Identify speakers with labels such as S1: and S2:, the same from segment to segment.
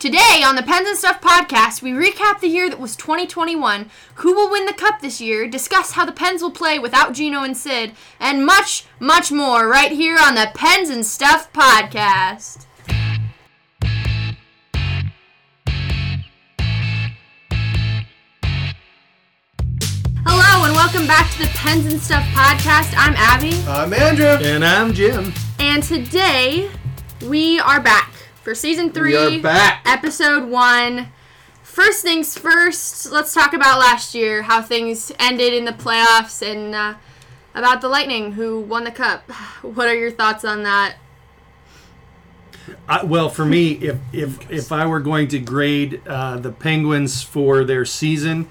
S1: Today on the Pens and Stuff podcast, we recap the year that was 2021, who will win the cup this year, discuss how the Pens will play without Gino and Sid, and much, much more right here on the Pens and Stuff podcast. Hello and welcome back to the Pens and Stuff podcast. I'm Abby,
S2: I'm Andrew.
S3: And I'm Jim.
S1: and today we are back for season three.
S3: We are back.
S1: episode one. First things first, let's talk about last year, how things ended in the playoffs, and uh, about the Lightning, who won the cup. What are your thoughts on that?
S3: I, well, for me, if if if I were going to grade uh, the Penguins for their season,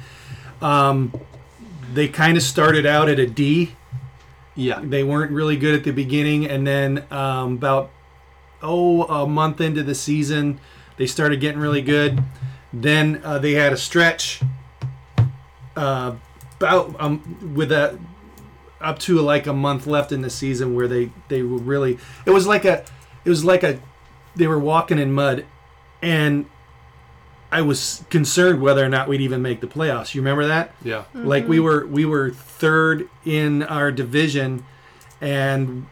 S3: um, they kind of started out at a D.
S2: Yeah.
S3: They weren't really good at the beginning, and then um, about oh a month into the season, they started getting really good. Then uh, they had a stretch uh, about um, with a up to like a month left in the season where they they were really it was like a it was like a they were walking in mud and I was concerned whether or not we'd even make the playoffs. You remember that?
S2: Yeah.
S1: Mm.
S3: Like we were we were third in our division, and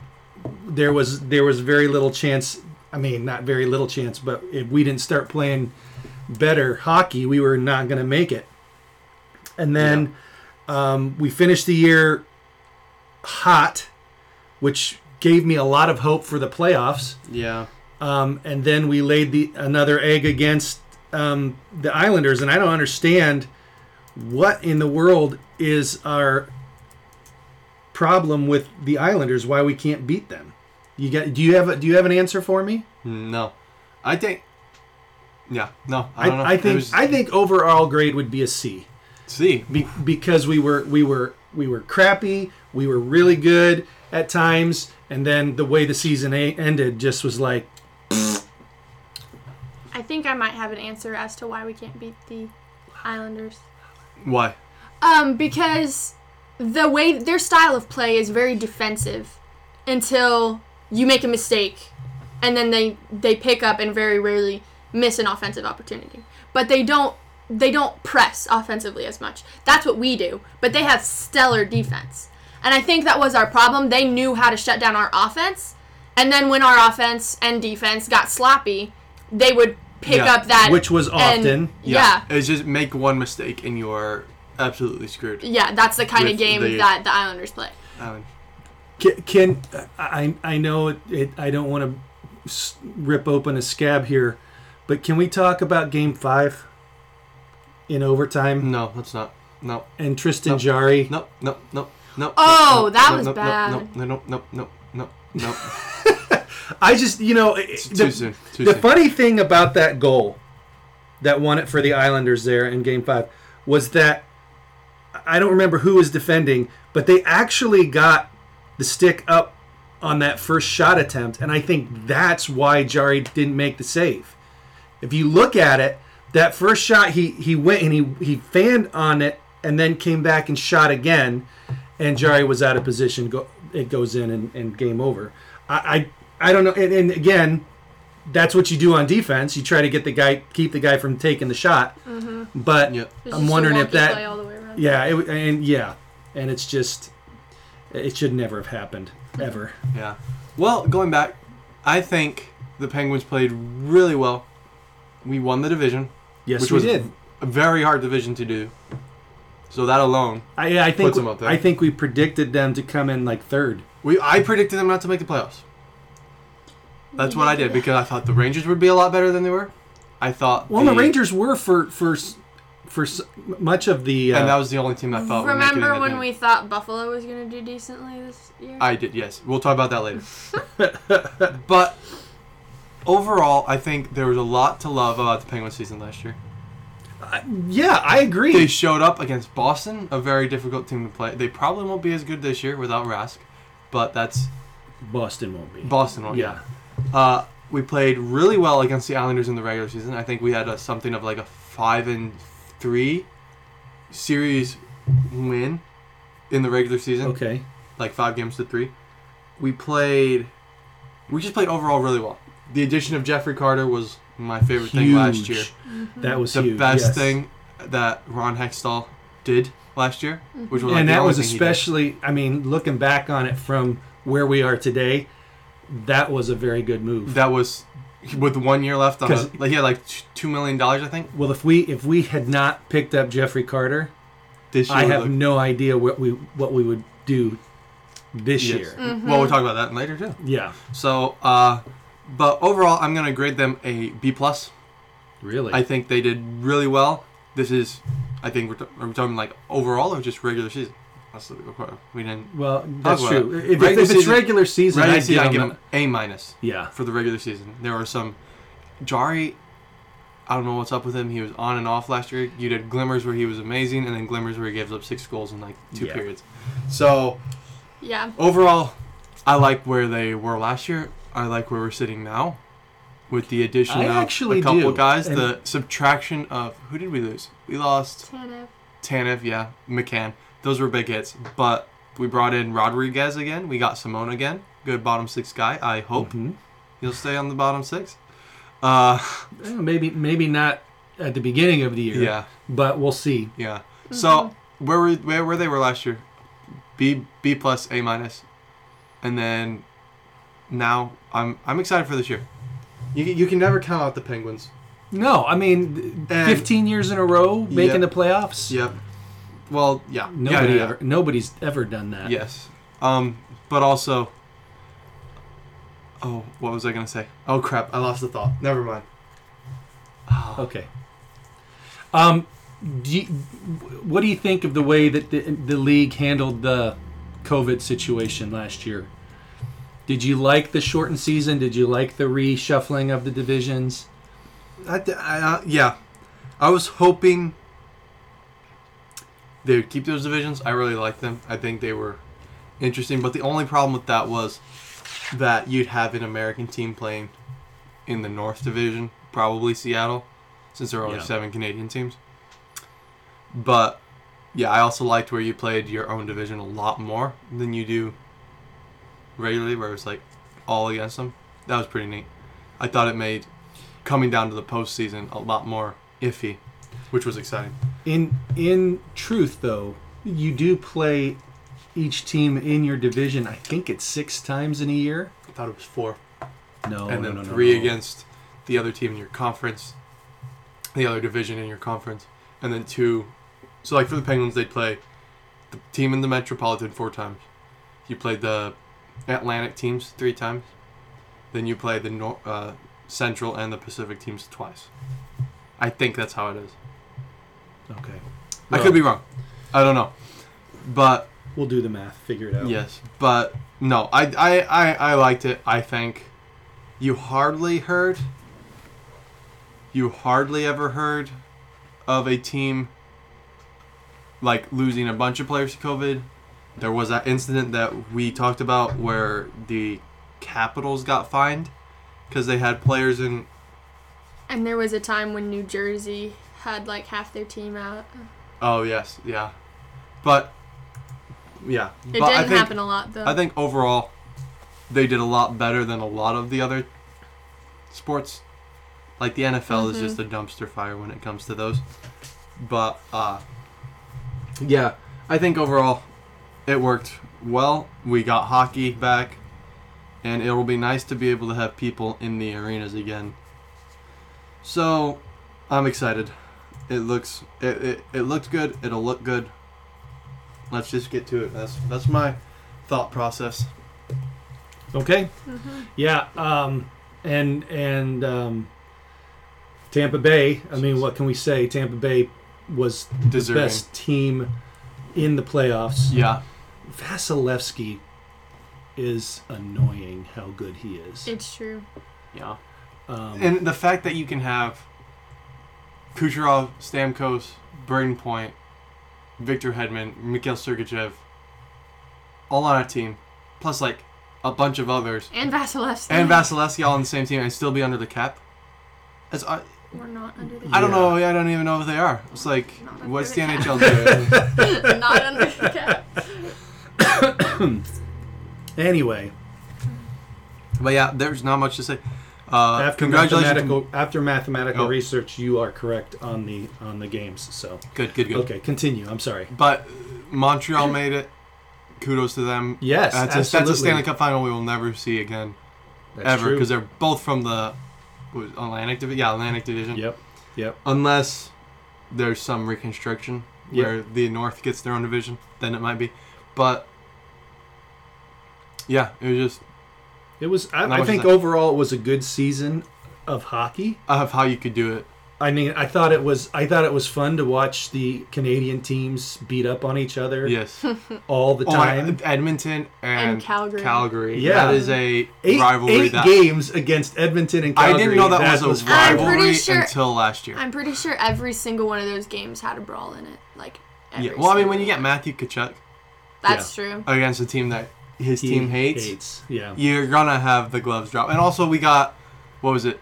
S3: there was there was very little chance. I mean, not very little chance, but if we didn't start playing better hockey, we were not going to make it. And then um, we finished the year hot, which gave me a lot of hope for the playoffs.
S2: Yeah.
S3: Um, and then we laid the another egg against um, the Islanders, and I don't understand what in the world is our problem with the Islanders? Why we can't beat them? You got? Do you have? A, do you have an answer for me?
S2: No. I think. Yeah. No. I don't know.
S3: I, think
S2: There's-
S3: I think overall grade would be a C
S2: see.
S3: be, because we were we were we were crappy. We were really good at times, and then the way the season a- ended just was like
S1: I think I might have an answer as to why we can't beat the Islanders.
S2: Why?
S1: Um, because the way their style of play is very defensive until you make a mistake, and then they they pick up and very rarely miss an offensive opportunity. But they don't they don't press offensively as much. That's what we do. But they have stellar defense, and I think that was our problem. They knew how to shut down our offense, and then when our offense and defense got sloppy, they would pick
S2: Yeah,
S1: up that
S3: which was
S1: and-
S3: often.
S1: yeah
S2: It's just make one mistake and you are absolutely screwed.
S1: yeah, that's the kind of
S2: With
S1: game
S2: the-
S1: that the Islanders play.
S2: Um,
S3: Can, can I? I know it, it. I don't want to rip open a scab here, but can we talk about Game Five in overtime
S2: no, that's not. No.
S3: and Tristan
S2: Mm-hmm. No.
S3: Jari?
S2: No. No. No. No.
S1: Oh,
S2: no,
S1: that
S2: no,
S1: was
S2: no,
S1: bad.
S2: No. No. No. No. No. No.
S3: I just, you know, it-
S2: It's
S3: the,
S2: too soon. Too
S3: the
S2: soon.
S3: funny thing about that goal that won it for the Islanders there in Game Five was that I don't remember who was defending, but they actually got the stick up on that first shot attempt, and I think that's why Jari didn't make the save. If you look at it, that first shot he he went and he he fanned on it and then came back and shot again, and Jari was out of position. Go, it goes in and, and game over. I I, I don't know. And, and again, that's what you do on defense. You try to get the guy, keep the guy from taking the shot. But
S2: Yeah.
S3: I'm wondering if that
S1: Yeah.
S3: yeah, it, and yeah, and it's just it should never have happened ever.
S2: Yeah. Well, going back, I think the Penguins played really well. We won the division.
S3: Yes,
S2: which
S3: we
S2: was
S3: did.
S2: a very hard division to do. So that alone,
S3: I, I think
S2: Puts them up there.
S3: I think we predicted them to come in like third.
S2: we I predicted them not to make the playoffs. That's what I did because I thought the Rangers would be a lot better than they were. I thought
S3: Well, the Rangers were for for s- for s- much of the uh,
S2: and that was the only team I thought. would make it in
S1: Remember
S2: the
S1: when
S2: thing.
S1: we thought Buffalo was going to do decently this year?
S2: I did yes. We'll talk about that later. but overall, I think there was a lot to love about the Penguins season last year.
S3: Yeah, I agree.
S2: They showed up against Boston, a very difficult team to play. They probably won't be as good this year without Rask, but that's
S3: Boston won't be.
S2: Boston. Won't
S3: yeah.
S2: Uh, we played really well against the Islanders in the regular season. I think we had a, something of like a five and three series win in the regular season,
S3: Okay.
S2: like five games to three. We played. We just played overall really well. The addition of Jeffrey Carter was my favorite thing last year.
S3: Huge. That was
S2: The
S3: huge,
S2: best
S3: yes.
S2: thing that Ron Hextall did last year, which was like
S3: and
S2: the
S3: that
S2: only
S3: was
S2: thing he did.
S3: especially i mean looking back on it from where we are today that was a very good move
S2: that was with one year left on
S3: 'Cause-
S2: it, like he had like t- two million dollars I think
S3: well if we if we had not picked up jeffrey carter
S2: this year.
S3: i have
S2: like-
S3: no idea what we what we would do this
S2: Yes. Mm-hmm.
S3: year
S2: Well, we'll talk about that later too.
S3: yeah
S2: So, uh, but overall, I'm gonna grade them a B plus.
S3: really
S2: I think they did really well. This is, I think we're, t- are we talking like overall or just regular season. That's the real question. we didn't.
S3: well that's
S2: about
S3: true
S2: it.
S3: if, if
S2: Regular
S3: it's
S2: season-
S3: regular season
S2: Regular
S3: I'd
S2: season,
S3: give
S2: I give
S3: them
S2: them a minus
S3: yeah
S2: for the regular season. There were some Jari. I don't know what's up with him. He was on and off last year. You did glimmers where he was amazing, and then glimmers where he gives up six goals in like two
S3: Yeah.
S2: periods. So
S1: Yeah.
S2: overall, I like where they were last year. I like where we're sitting now, with the addition
S3: I
S2: of
S3: actually
S2: a couple
S3: do,
S2: guys.
S3: and-
S2: The subtraction of who did we lose? We lost
S1: Tanev.
S2: Tanev, yeah, McCann. Those were big hits, but we brought in Rodriguez again. We got Simone again. Good bottom six guy. I hope
S3: Mhm.
S2: he'll stay on the bottom six. Uh,
S3: Eh, maybe maybe not at the beginning of the year
S2: yeah,
S3: but we'll see
S2: yeah. So where were where were they were last year? B B plus A minus, and then now I'm I'm excited for this year. You you can never count out the Penguins.
S3: no i mean
S2: And-
S3: 15 years in a row making
S2: Yeah.
S3: the playoffs
S2: Yep. Well, yeah.
S3: nobody
S2: yeah, yeah, yeah.
S3: ever nobody's ever done that
S2: Yes. Um, but also. Oh, what was I gonna say? Oh crap! I lost the thought. Never mind.
S3: Okay. Um, do you, what do you think of the way that the, the league handled the COVID situation last year? Did you like the shortened season? Did you like the reshuffling of the divisions?
S2: I, th- I, I- yeah, I was hoping they would keep those divisions. I really liked them. I think they were interesting, but the only problem with that was that you'd have an American team playing in the North Division, probably Seattle, since there are only
S3: Yeah.
S2: seven Canadian teams. But yeah, I also liked where you played your own division a lot more than you do regularly, where it's like all against them. That was pretty neat. I thought it made coming down to the postseason a lot more iffy, which was exciting.
S3: In in truth, though, you do play each team in your division. I think it's six times in a year.
S2: I thought it was four,
S3: No,
S2: and
S3: Oh, no,
S2: then
S3: no, no,
S2: three
S3: no.
S2: against the other team in your conference, the other division in your conference, and then two. So like for the Penguins, they'd play the team in the Metropolitan four times. You played the Atlantic teams three times. Then you play the nor- uh, Central and the Pacific teams twice. I think that's how it is.
S3: Okay,
S2: I could be wrong. I don't know, but
S3: We'll do the math. Figure it out.
S2: Yes, but no, I, I, I, I liked it. I think you hardly heard, you hardly ever heard of a team like losing a bunch of players to COVID. There was that incident that we talked about where the Capitals got fined because they had players in.
S1: And there was a time when New Jersey had like half their team out.
S2: Oh yes, yeah, but yeah,
S1: It
S2: but I
S1: didn't
S2: think-
S1: happen a lot though.
S2: I think overall, they did a lot better than a lot of the other sports. Like the NFL is just a dumpster fire when it comes to those. But uh, yeah, I think overall, it worked well. We got hockey back, and it will be nice to be able to have people in the arenas again. So, I'm excited. It looks it, it, it looked good. It'll look good. Let's just get to it. That's that's my thought process.
S3: Okay. Yeah. Um, and and um, Tampa Bay. I mean, what can we say? Tampa Bay was the
S2: Deserving.
S3: best team in the playoffs.
S2: Yeah.
S3: Vasilevsky is annoying. How good he is.
S1: it's true.
S2: Yeah.
S3: Um,
S2: And the fact that you can have Kucherov, Stamkos, Braden Point, Victor Hedman, Mikhail Sergachev, all on a team, plus like a bunch of others,
S1: And Vasilevsky.
S2: and Vasilevsky all on the same team and still be under the cap. That's I,
S1: We're not under the
S2: I
S1: cap.
S2: don't know. I don't even know if they are. It's like,
S1: Not under
S2: what's the
S1: the cap.
S2: NHL doing?
S1: not under the cap.
S3: anyway,
S2: but yeah, there's not much to say. Uh,
S3: after
S2: congratulations. to-
S3: mathematical after mathematical
S2: Oh.
S3: research, you are correct on the on the games. So
S2: Good, good, good.
S3: okay, continue. I'm sorry.
S2: But Montreal made it. Kudos to them.
S3: Yes,
S2: that's a, that's a
S3: absolutely.
S2: Stanley Cup final we will never see again
S3: That's
S2: ever
S3: true.
S2: because they're both from the what was it, Atlantic Division. Yeah, Atlantic Division.
S3: yep, yep.
S2: Unless there's some reconstruction
S3: Yep.
S2: where the North gets their own division, then it might be. But yeah, it was just
S3: It was.
S2: Not
S3: I, I
S2: much
S3: think
S2: to say.
S3: overall it was a good season of hockey.
S2: uh, of how you could do it.
S3: I mean, I thought it was. I thought it was fun to watch the Canadian teams beat up on each other
S2: Yes.
S3: all the
S2: Oh, I-
S3: time.
S2: Edmonton and,
S1: And Calgary.
S2: Calgary.
S3: Yeah.
S2: That is a
S3: Eight,
S2: rivalry
S3: eight
S2: that
S3: games against Edmonton and
S2: I
S3: Calgary.
S2: didn't know that, was a
S1: I'm
S3: fun.
S1: pretty
S2: rivalry
S1: sure-
S2: until last year.
S1: I'm pretty sure every single one of those games had a brawl in it. Like, every
S2: Yeah. Well, I mean,
S1: single
S2: when you get
S1: one.
S2: Matthew Kachuk
S1: That's true.
S2: against a team that his
S3: He
S2: team hates,
S3: Yeah.
S2: you're gonna have the gloves drop. And also, we got what was it?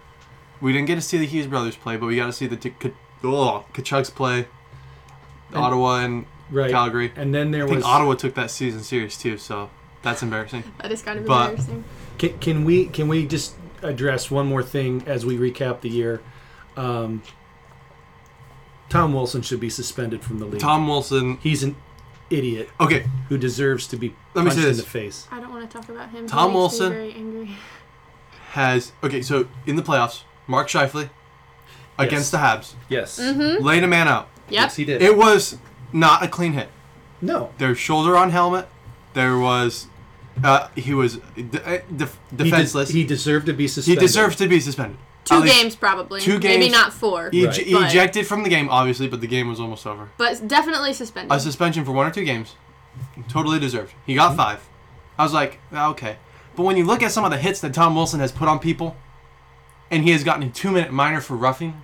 S2: We didn't get to see the Hughes brothers play, but we got to see the t- K- ugh, Kachuk's play, Ottawa and
S3: Right.
S2: Calgary.
S3: And then there
S2: I think
S3: was
S2: Ottawa took that season serious too, so that's embarrassing.
S1: That is kind of
S2: But-
S1: embarrassing.
S3: Can, can we can we just address one more thing as we recap the year? Um, Tom Wilson should be suspended from the league.
S2: Tom Wilson.
S3: He's an idiot
S2: Okay,
S3: who deserves to be
S2: Let me
S3: punched
S2: say
S3: in
S2: this.
S3: the face.
S1: I don't want to talk about him. He
S2: Tom
S1: makes me
S2: Wilson.
S1: Very angry.
S2: has okay. So in the playoffs, Mark Scheifele against the Habs
S3: Yes.
S2: laid a man out.
S1: Yep.
S3: he did.
S2: It was not a clean hit.
S3: no.
S2: There was shoulder on helmet. There was uh, he was de- de-
S3: He de-
S2: defenseless.
S3: He,
S2: He,
S3: deserved to be suspended.
S2: deserves to be suspended. At
S1: Two
S2: least-
S1: games probably.
S2: two
S1: Maybe
S2: games.
S1: not four.
S2: He,
S3: Right.
S2: ej- he
S1: But-
S2: ejected from the game, obviously, but the game was almost over.
S1: But definitely suspended.
S2: A suspension for one or two games, totally deserved. He got
S3: Mm-hmm.
S2: five. I was like, ah, okay. But when you look at some of the hits that Tom Wilson has put on people, and he has gotten a two-minute minor for roughing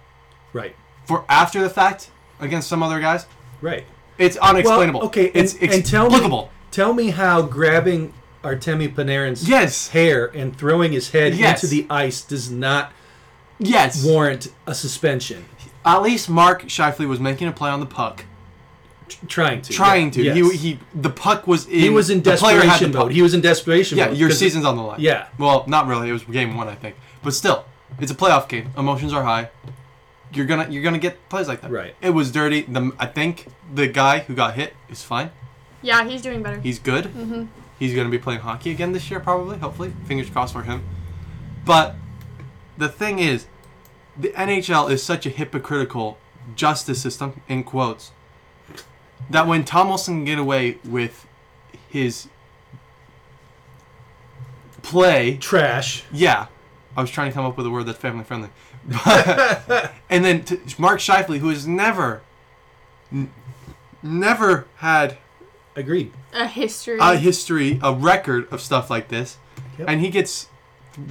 S3: Right.
S2: for after the fact against some other guys,
S3: Right.
S2: it's unexplainable.
S3: Well, okay.
S2: it's
S3: and, and tell
S2: explicable.
S3: me, tell me how grabbing Artemi Panarin's
S2: Yes.
S3: hair and throwing his head
S2: Yes.
S3: into the ice does not
S2: yes,
S3: warrant a suspension.
S2: at least Mark Shifley was making a play on the puck.
S3: Trying to.
S2: trying
S3: yeah,
S2: to.
S3: yes.
S2: He, he the puck was in.
S3: He was in
S2: the player had the
S3: desperation
S2: puck.
S3: mode. He was in desperation
S2: yeah,
S3: mode.
S2: your
S3: 'cause-
S2: season's on the line.
S3: Yeah.
S2: Well, not really. It was game one, I think. But still, it's a playoff game. Emotions are high. You're gonna you're gonna get plays like that.
S3: Right.
S2: It was dirty. The I think the guy who got hit is fine.
S1: yeah, he's doing better.
S2: He's good. He's gonna be playing hockey again this year, probably. Hopefully, fingers crossed for him. But the thing is, the NHL is such a hypocritical justice system in quotes that when Tom Wilson can get away with his play,
S3: Trash.
S2: yeah, I was trying to come up with a word that's family friendly, and then to Mark Shifley, who has never, n- never had
S3: Agreed.
S1: a history.
S2: a history, a record of stuff like this,
S3: Yep.
S2: and he gets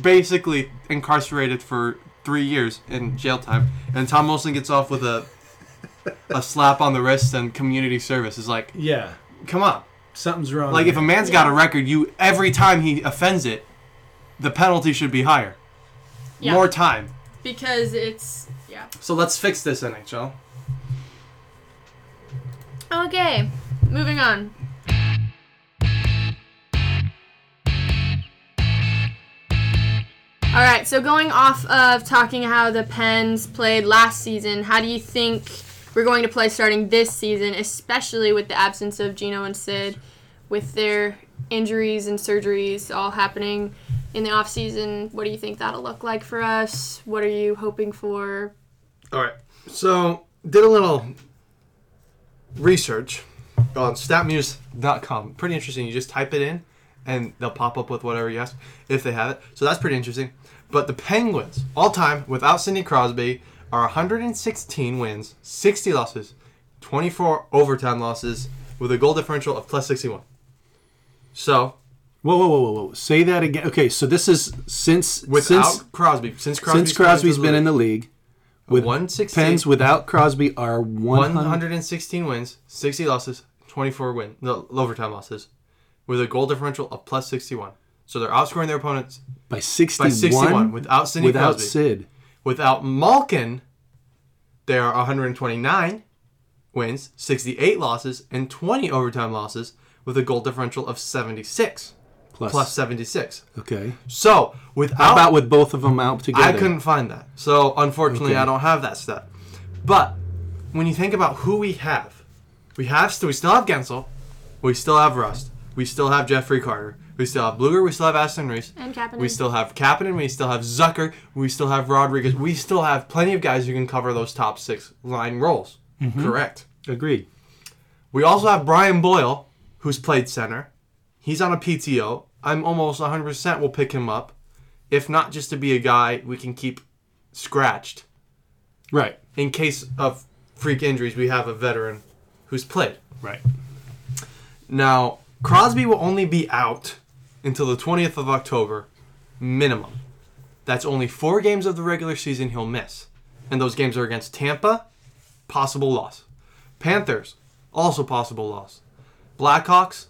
S2: basically incarcerated for three years in jail time, and Tom Wilson gets off with a a slap on the wrist and community service. Is like,
S3: Yeah.
S2: come on,
S3: Something's wrong.
S2: like if a man's got a
S1: Yeah.
S2: record, you every time he offends it, the penalty should be higher,
S1: yeah.
S2: more time.
S1: because it's yeah.
S2: So let's fix this NHL.
S1: Okay, moving on. All right, so going off of talking how the Pens played last season, how do you think we're going to play starting this season, especially with the absence of Gino and Sid, with their injuries and surgeries all happening in the off season? What do you think that'll look like for us? What are you hoping for?
S2: All right. So did a little research on statmuse.com. Pretty interesting. You just type it in, and they'll pop up with whatever you ask if they have it. So that's pretty interesting. But the Penguins, all time without Sidney Crosby, are 116 wins, 60 losses, 24 overtime losses, with a goal differential of plus 61. So
S3: Whoa, whoa, whoa, whoa, whoa! Say that again. Okay, so this is since
S2: Without
S3: since
S2: Crosby, since Crosby's,
S3: since Crosby's been in the league, with
S2: one sixteen
S3: Pens without Crosby are one hundred.
S2: 116 wins, 60 losses, 24 win no, overtime losses, with a goal differential of plus 61. So they're outscoring their opponents
S3: by 61,
S2: by 61 without Sidney
S3: without
S2: Crosby.
S3: Sid.
S2: Without Malkin, they are 129 wins, 68 losses, and 20 overtime losses, with a goal differential of 76
S3: Plus.
S2: plus 76.
S3: Okay.
S2: So
S3: How
S2: without
S3: about with both of them out together?
S2: I couldn't find that. So unfortunately,
S3: Okay.
S2: I don't have that stat. But when you think about who we have, we have we still have Gensel, we still have Rust, we still have Jeffrey Carter, we still have Bluger, we still have Aston Reese,
S1: And Kapanen.
S2: we still have Kapanen, we still have Zucker, we still have Rodriguez, we still have plenty of guys who can cover those top six line roles.
S3: Mm-hmm.
S2: Correct.
S3: Agreed.
S2: We also have Brian Boyle, who's played center. He's on a PTO. I'm almost 100% we'll pick him up. If not, just to be a guy we can keep scratched.
S3: Right.
S2: In case of freak injuries, we have a veteran who's played.
S3: Right.
S2: Now, Crosby will only be out until the 20th of October, minimum. That's only four games of the regular season he'll miss. And those games are against Tampa, possible loss. Panthers, also possible loss. Blackhawks,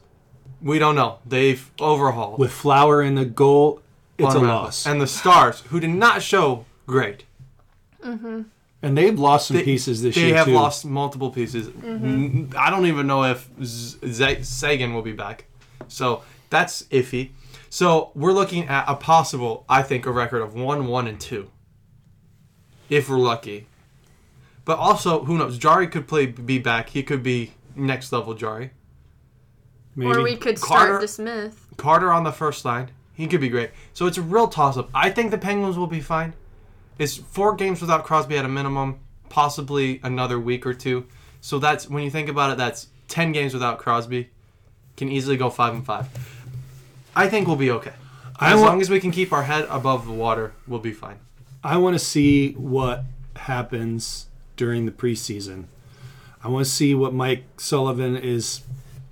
S2: we don't know. They've overhauled.
S3: With Flower in the goal, it's a
S2: Automatically.
S3: loss. And,
S2: And the Stars, who did not show great.
S3: they've lost some
S2: They-
S3: pieces this
S2: they
S3: year
S2: have
S3: too.
S2: lost multiple pieces. N- I don't even know if Z- Z- Sagan will be back. So that's iffy. So we're looking at a possible, I think, a record of one, one, and two, if we're lucky. But also, who knows? Jari could play be back. He could be next level Jari.
S3: Maybe.
S1: Or we could
S2: Carter-
S1: start the Smith.
S2: Carter on the first line. He could be great. So it's a real toss up. I think the Penguins will be fine. It's four games without Crosby at a minimum, possibly another week or two. So that's when you think about it, that's ten games without Crosby. Can easily go five and five. I think we'll be okay.
S3: I
S2: as
S3: wa-
S2: long as we can keep our head above the water, we'll be fine.
S3: I want to see what happens during the preseason. I want to see what Mike Sullivan is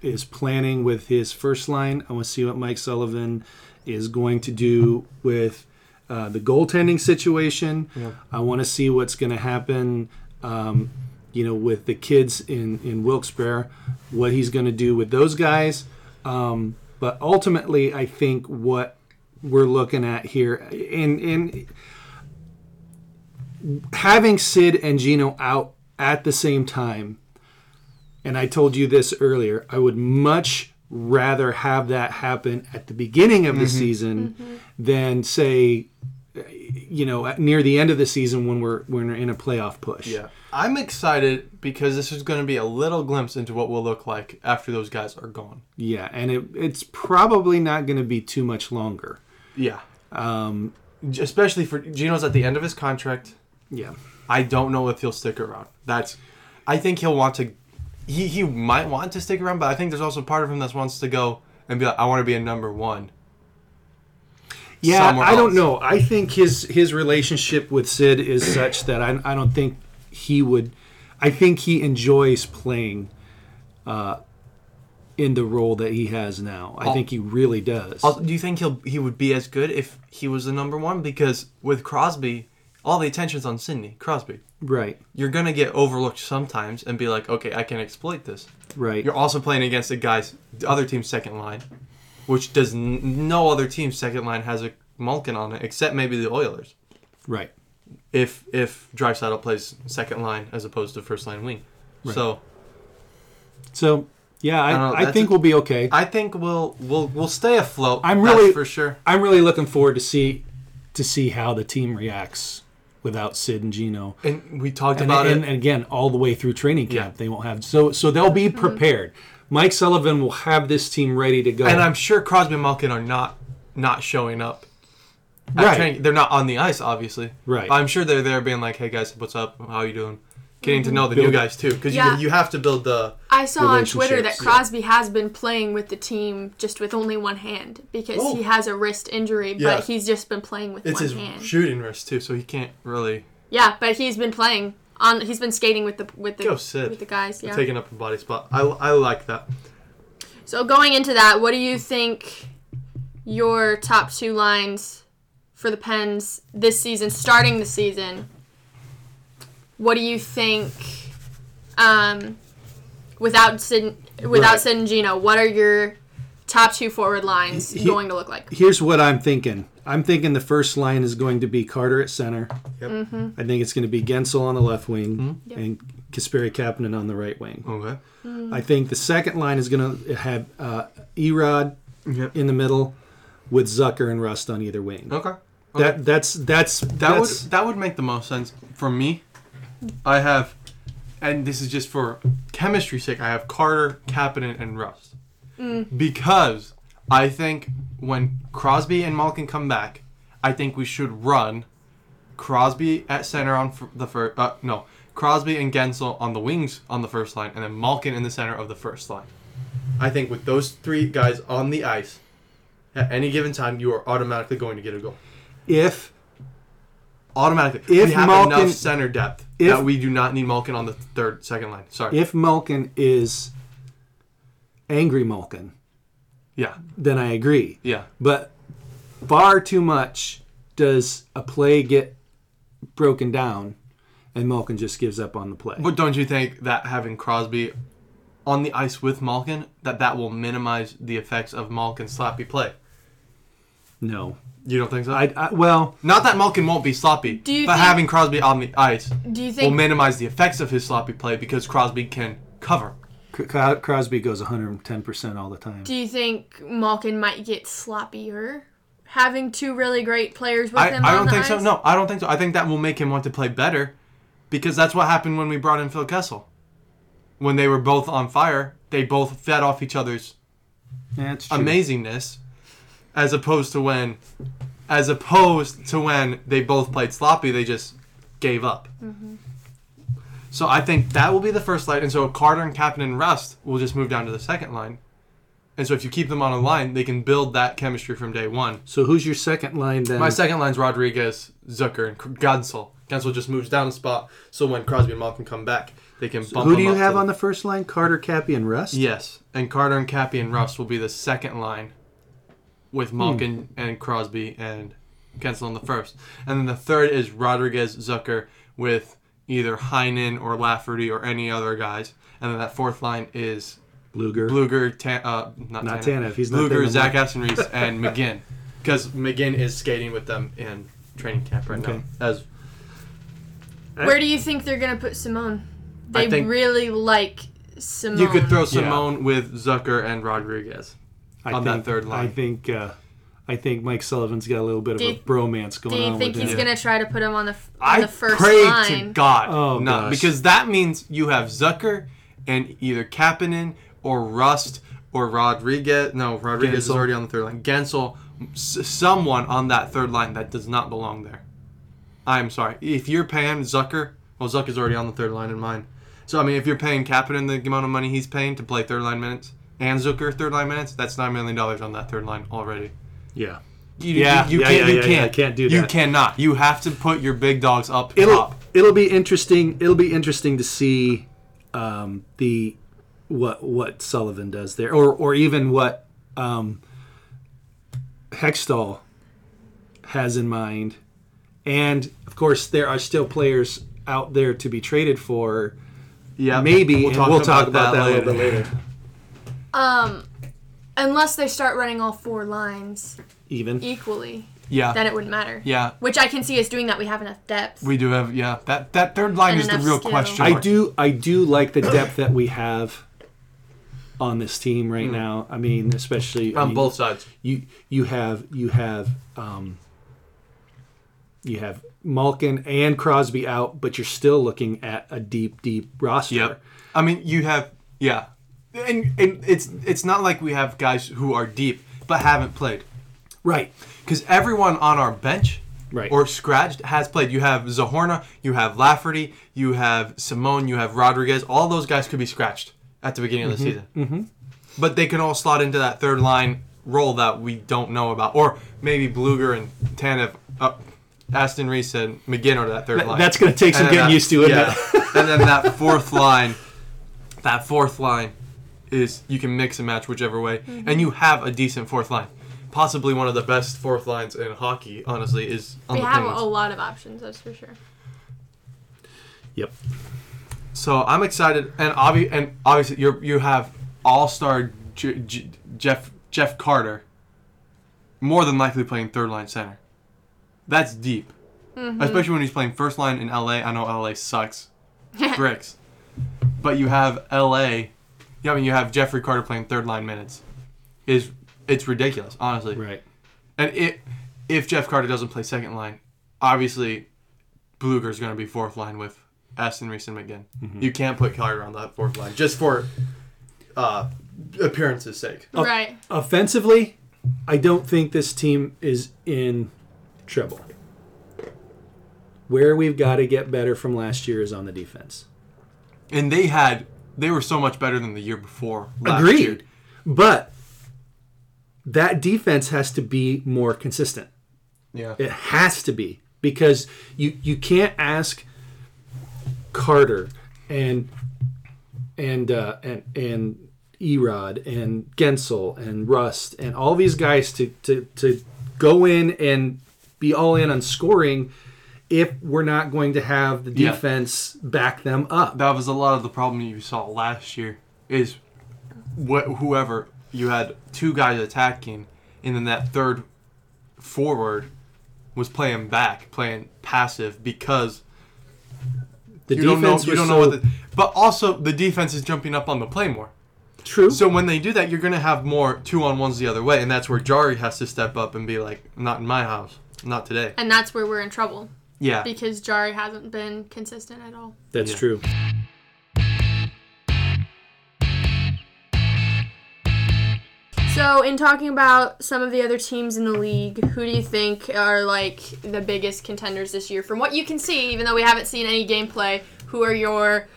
S3: is planning with his first line. I want to see what Mike Sullivan is going to do with uh, the goaltending situation. I want to see what's going to happen. Um, you know, with the kids in in Wilkes-Barre, what he's going to do with those guys. Um, but ultimately, I think what we're looking at here, and and having Sid and Gino out at the same time, and I told you this earlier, I would much rather have that happen at the beginning of the season than say, you know, at- near the end of the season when we're when we're in a playoff push.
S2: I'm excited because this is gonna be a little glimpse into what we'll look like after those guys are gone.
S3: Yeah, and it, it's probably not going to be too much longer.
S2: Yeah. Um especially for Gino's at the end of his contract.
S3: Yeah.
S2: I don't know if he'll stick around. That's I think he'll want to he, he might want to stick around, but I think there's also part of him that wants to go and be like, I want to be a number one.
S3: Yeah,
S2: somewhere
S3: I don't
S2: else.
S3: know. I think his his relationship with Sid is such that I, I don't think he would. I think he enjoys playing uh, in the role that he has now. I think he really does.
S2: Also, do you think he'll he would be as good if he was the number one? Because with Crosby, all the attention's on Sidney, Crosby.
S3: right,
S2: You're gonna get overlooked sometimes and be like, Okay, I can exploit this.
S3: right.
S2: You're also playing against a guy's the other team's second line, which does n- no other team's second line has a Malkin on it except maybe the Oilers.
S3: Right.
S2: if if Drysaddle plays second line as opposed to first line wing. So
S3: So yeah, I,
S2: don't know,
S3: I,
S2: that's
S3: think
S2: a-
S3: we'll be okay. I,
S2: I think we'll we'll we'll stay afloat.
S3: I'm
S2: that's
S3: really-
S2: for sure.
S3: am really looking forward to see to see how the team reacts without Sid and Gino.
S2: And we talked
S3: and,
S2: about
S3: and,
S2: it.
S3: and again all the way through training camp
S2: Yeah.
S3: they won't have so so they'll be prepared mike sullivan will have this team ready to go
S2: and I'm sure Crosby and Malkin are not not showing up. at
S3: Right.
S2: training. They're not on the ice, obviously.
S3: Right.
S2: But I'm sure they're there being like, "Hey guys, what's up? How you doing?" Getting to know the new
S3: Mm-hmm. Build-
S2: guys too, because
S1: Yeah.
S2: you, you have to build the.
S1: I saw on Twitter that
S3: Relationships,
S1: Crosby has been playing with the team just with only one hand because
S2: Oh.
S1: he has a wrist injury, but
S2: Yeah.
S1: he's just been playing with
S2: It's
S1: one
S2: his
S1: hand.
S2: shooting wrist too, so he can't really
S1: yeah, but he's been playing on. He's been skating with the with the
S2: Go Sid.
S1: with the guys. Yeah.
S2: taking up a body spot. I, I like that.
S1: So going into that, what do you think your top two lines for the Pens this season, starting the season, what do you think? Um, without Sid, without
S3: Right.
S1: Sid and Gino, what are your top two forward lines
S3: He-
S1: going to look like?
S3: Here's what I'm thinking. I'm thinking the first line is going to be Carter at center. Mm-hmm.
S4: Yep.
S3: I think it's going to be Gensel on the left wing and Kasperi Kapanen on the right wing.
S2: Okay.
S3: I think the second line is going to have uh, Erod
S2: Yep.
S3: in the middle with Zucker and Rust on either wing.
S2: Okay. Okay.
S3: That that's that's
S2: That would
S3: that's
S2: that would make the most sense for me. I have, and this is just for chemistry sake. I have Carter, Kapanen, and Rust because I think when Crosby and Malkin come back, I think we should run Crosby at center on fir- the first. Uh, no, Crosby and Gensel on the wings on the first line, and then Malkin in the center of the first line. I think with those three guys on the ice at any given time, you are automatically going to get a goal
S3: if
S2: automatically.
S3: If
S2: we have
S3: Malkin-
S2: enough center depth
S3: if-
S2: that we do not need Malkin on the third, second line. Sorry.
S3: if Malkin is angry Malkin,
S2: yeah.
S3: then I agree.
S2: Yeah.
S3: But far too much does a play get broken down and Malkin just gives up on the play.
S2: But don't you think that having Crosby on the ice with Malkin that that will minimize the effects of Malkin's sloppy play?
S3: no.
S2: You don't think so?
S3: I, I well,
S2: not that Malkin won't be sloppy,
S1: Do you
S2: but
S1: think-
S2: having Crosby on the ice
S1: Do you
S2: will
S1: think?
S2: minimize the effects of his sloppy play because Crosby can cover.
S3: C- C- Crosby goes 110% all the time.
S1: do you think Malkin might get sloppier having two really great players with
S2: I,
S1: him?
S2: I
S1: on
S2: don't
S1: the
S2: think so.
S1: ice?
S2: No, I don't think so. I think that will make him want to play better because that's what happened when we brought in Phil Kessel. When they were both on fire, they both fed off each other's
S3: That's true.
S2: amazingness as opposed to when as opposed to when they both played sloppy, they just gave up.
S1: Mm-hmm.
S2: So I think that will be the first line and so Carter and Captain and Rust will just move down to the second line. And so if you keep them on a line, they can build that chemistry from day 1.
S3: So who's your second line then?
S2: My second line's Rodriguez, Zucker, and Gansel. Gansel just moves down a spot, so when Crosby and Malkin come back, they can bump.
S3: Who
S2: him
S3: do you
S2: up
S3: have
S2: to
S3: on the first line? Carter, Cappy, and Rust?
S2: Yes, and Carter and Cappy and Russ will be the second line,
S3: Hmm.
S2: with Malkin and Crosby and Gansel on the first, and then the third is Rodriguez, Zucker with either Heinen or Lafferty or any other guys, and then that fourth line is
S3: Bluger.
S2: Bluger, Tan, uh, not,
S3: Not
S2: Tanev.
S3: Tanev, he's not there
S2: Bluger,
S3: no
S2: Zach Aston-Reese, and McGinn, because McGinn is skating with them in training camp right
S3: Okay.
S2: now. As
S1: Where do you think they're gonna put Simone?
S2: I
S1: They
S2: think-
S1: really like Simone.
S2: you could throw Simone with Zucker and Rodriguez.
S3: I
S2: on that third line.
S3: I think uh, I think Mike Sullivan's got a little bit of
S1: Do
S3: a
S1: you-
S3: bromance going
S1: Do
S3: on
S1: you think
S3: with
S1: he's
S3: him.
S1: gonna try to put him on the f- on
S2: I
S1: the first
S2: pray
S1: line?
S2: to God,
S3: Oh,
S2: no,
S3: gosh.
S2: because that means you have Zucker and either Kapanen or Rust or Rodriguez. No, Rodriguez is
S3: Gensel.
S2: already on the third line. Gensel, s- someone on that third line that does not belong there. I'm sorry. If you're paying Zucker, well, Zucker's already on the third line in mine. So I mean, if you're paying Kapanen the amount of money he's paying to play third line minutes and Zucker third line minutes, that's nine million dollars on that third line already.
S3: yeah.
S2: You,
S3: Yeah,
S2: you, you
S3: yeah,
S2: can't.
S3: yeah,
S2: you
S3: yeah,
S2: can't.
S3: yeah, I can't do
S2: You
S3: that.
S2: cannot. You have to put your big dogs up
S3: It'll
S2: top.
S3: it'll be interesting. It'll be interesting to see um, the what what Sullivan does there, or or even what um, Hextall has in mind, and of course there are still players out there to be traded for.
S2: Yeah,
S3: Maybe and we'll talk about that, a little bit
S2: later.
S3: later.
S1: Um, unless they start running all four lines
S3: Even
S1: equally,
S2: Yeah,
S1: then it wouldn't matter.
S2: yeah,
S1: Which I can see us doing that. We have enough depth.
S2: we do have. Yeah, that that third line
S1: And
S2: is the
S1: enough
S2: real
S1: skill.
S2: question.
S3: I
S2: mark.
S3: do I do like the depth that we have on this team right now. I mean, especially I
S2: on
S3: mean,
S2: both sides.
S3: you you have you have um, you have Malkin and Crosby out, but you're still looking at a deep deep roster.
S2: Yep. I mean, you have. Yeah, and and it's it's not like we have guys who are deep but haven't played
S3: Right.
S2: because everyone on our bench.
S3: Right.
S2: Or scratched has played. You have Zahorna, you have Lafferty, you have Simone, you have Rodriguez. All those guys could be scratched at the beginning of the season. Mm-hmm. But they can all slot into that third line role that we don't know about. Or maybe Bluger and Tanev, uh, Aston Reese and McGinn are that third
S3: Th-
S2: line.
S3: that's gonna take some
S2: And
S3: getting
S2: then that-
S3: used to, isn't
S2: yeah. and then that fourth line,
S1: Mm-hmm.
S2: that fourth line is you can mix and match whichever way, and you have a decent fourth line. possibly one of the best fourth lines in hockey. Honestly, is on
S1: We
S2: the
S1: have
S2: Penguins.
S1: a lot of options, that's for sure.
S3: Yep.
S2: So I'm excited, and obvi- and obviously you you have All Star J- J- Jeff Jeff Carter, more than likely playing third line center. That's deep, especially when he's playing first line in LA. I know LA sucks, bricks, but you have LA. Yeah, I mean you have Jeffrey Carter playing third line minutes. Is it's ridiculous, honestly.
S3: Right.
S2: And it, if Jeff Carter doesn't play second line, obviously Bluger's going to be fourth line with Aston Reese and McGinn. You can't put Carter on that fourth line just for uh, appearances' sake.
S1: Right.
S3: Offensively, I don't think this team is in trouble. Where we've got to get better from last year is on the defense.
S2: And they had they were so much better than the year before. last
S3: Agreed.
S2: year.
S3: But that defense has to be more consistent.
S2: Yeah.
S3: It has to be because you you can't ask Carter and and uh, and and Erod and Gensel and Rust and all these guys to to to go in and be all in on scoring if we're not going to have the
S2: Yeah.
S3: defense back them up.
S2: That was a lot of the problem you saw last year. Is wh- whoever you had two guys attacking, and then that third forward was playing back, playing passive because
S3: The
S2: you don't know
S3: defense
S2: you
S3: was
S2: don't know
S3: so
S2: what the, but also the defense is jumping up on the play more
S3: true.
S2: so when they do that you're going to have more two on ones the other way and that's where jari has to step up and be like not in my house not today
S1: And that's where we're in trouble
S2: yeah
S1: because Jari hasn't been consistent at all.
S3: That's
S2: Yeah.
S3: true.
S1: So, in talking about some of the other teams in the league, who do you think are like the biggest contenders this year? From what you can see, even though we haven't seen any gameplay, who are your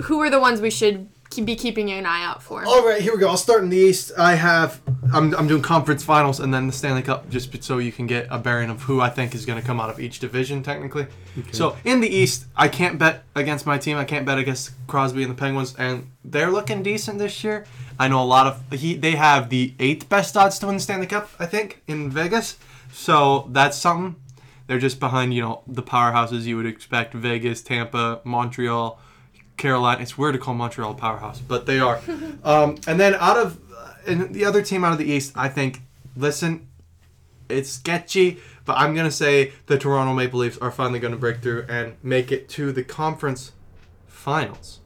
S1: who are the ones we should keep- be keeping an eye out for?
S2: all right here we go i'll start in the east i have I'm, I'm doing conference finals and then the stanley cup just so you can get a bearing of who i think is going to come out of each division technically so in the east i can't bet against my team i can't bet against crosby and the penguins and they're looking decent this year i know a lot of he, they have the eighth best odds to win the stanley cup i think in vegas so that's something they're just behind you know the powerhouses you would expect vegas tampa montreal Carolina. It's weird to call Montreal a powerhouse, but they are. um, and then out of and the other team out of the East, I think. Listen, it's sketchy, but I'm gonna say the Toronto Maple Leafs are finally gonna break through and make it to the conference finals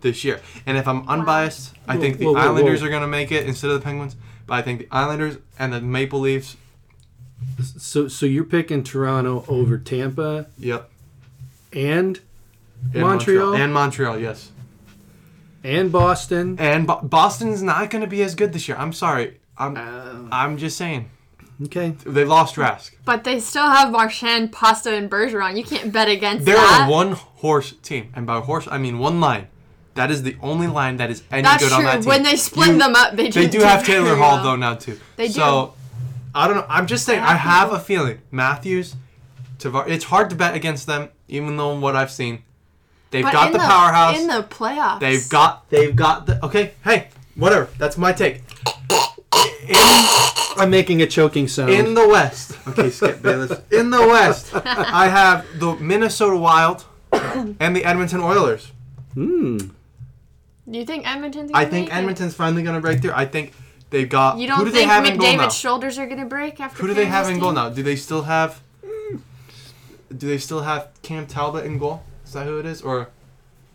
S2: this year. And if I'm unbiased, I think the
S3: Whoa, whoa, whoa,
S2: Islanders
S3: whoa.
S2: are gonna make it instead of the Penguins. But I think the Islanders and the Maple Leafs.
S3: So so you're picking Toronto over Tampa
S2: Yep.
S3: and
S2: and
S3: Montreal?
S2: and Montreal, yes.
S3: and Boston.
S2: And Bo- Boston's not going to be as good this year. I'm sorry. I'm
S1: Oh.
S2: I'm just saying
S3: Okay.
S2: they lost Rask.
S1: But they still have Marchand, Pasta, and Bergeron. You can't bet against
S2: They're
S1: that.
S2: a one horse team, and by horse I mean one line. That is the only line that is any
S1: That's
S2: good on that
S1: true.
S2: team.
S1: When they split
S2: You-
S1: them up, they,
S2: they
S1: didn't
S2: do have
S1: very
S2: Taylor Hall
S1: well.
S2: though now too.
S1: They do.
S2: So I don't know. I'm just saying. I have a feeling Matthews, Tavar. It's hard to bet against them, even though what I've seen, they've
S1: But
S2: got
S1: in
S2: the, powerhouse.
S1: in the playoffs.
S2: They've got they've got the okay. Hey, whatever. That's my take. In
S3: I'm making a choking sound.
S2: In the West. Okay, Skip Bayless. In the West, I have the Minnesota Wild and the Edmonton Oilers.
S3: Hmm.
S1: Do you think Edmonton's? Gonna
S2: I think
S1: make it?
S2: Edmonton's finally going to break through. I think they've got.
S1: You don't
S2: who do
S1: think
S2: they have in goal now?
S1: McDavid's shoulders are gonna break after?
S2: Who do they
S1: carrying
S2: have
S1: this
S2: in goal
S1: team?
S2: now? Do they still have? Do they still have Cam Talbot in goal? Is that who it is? Or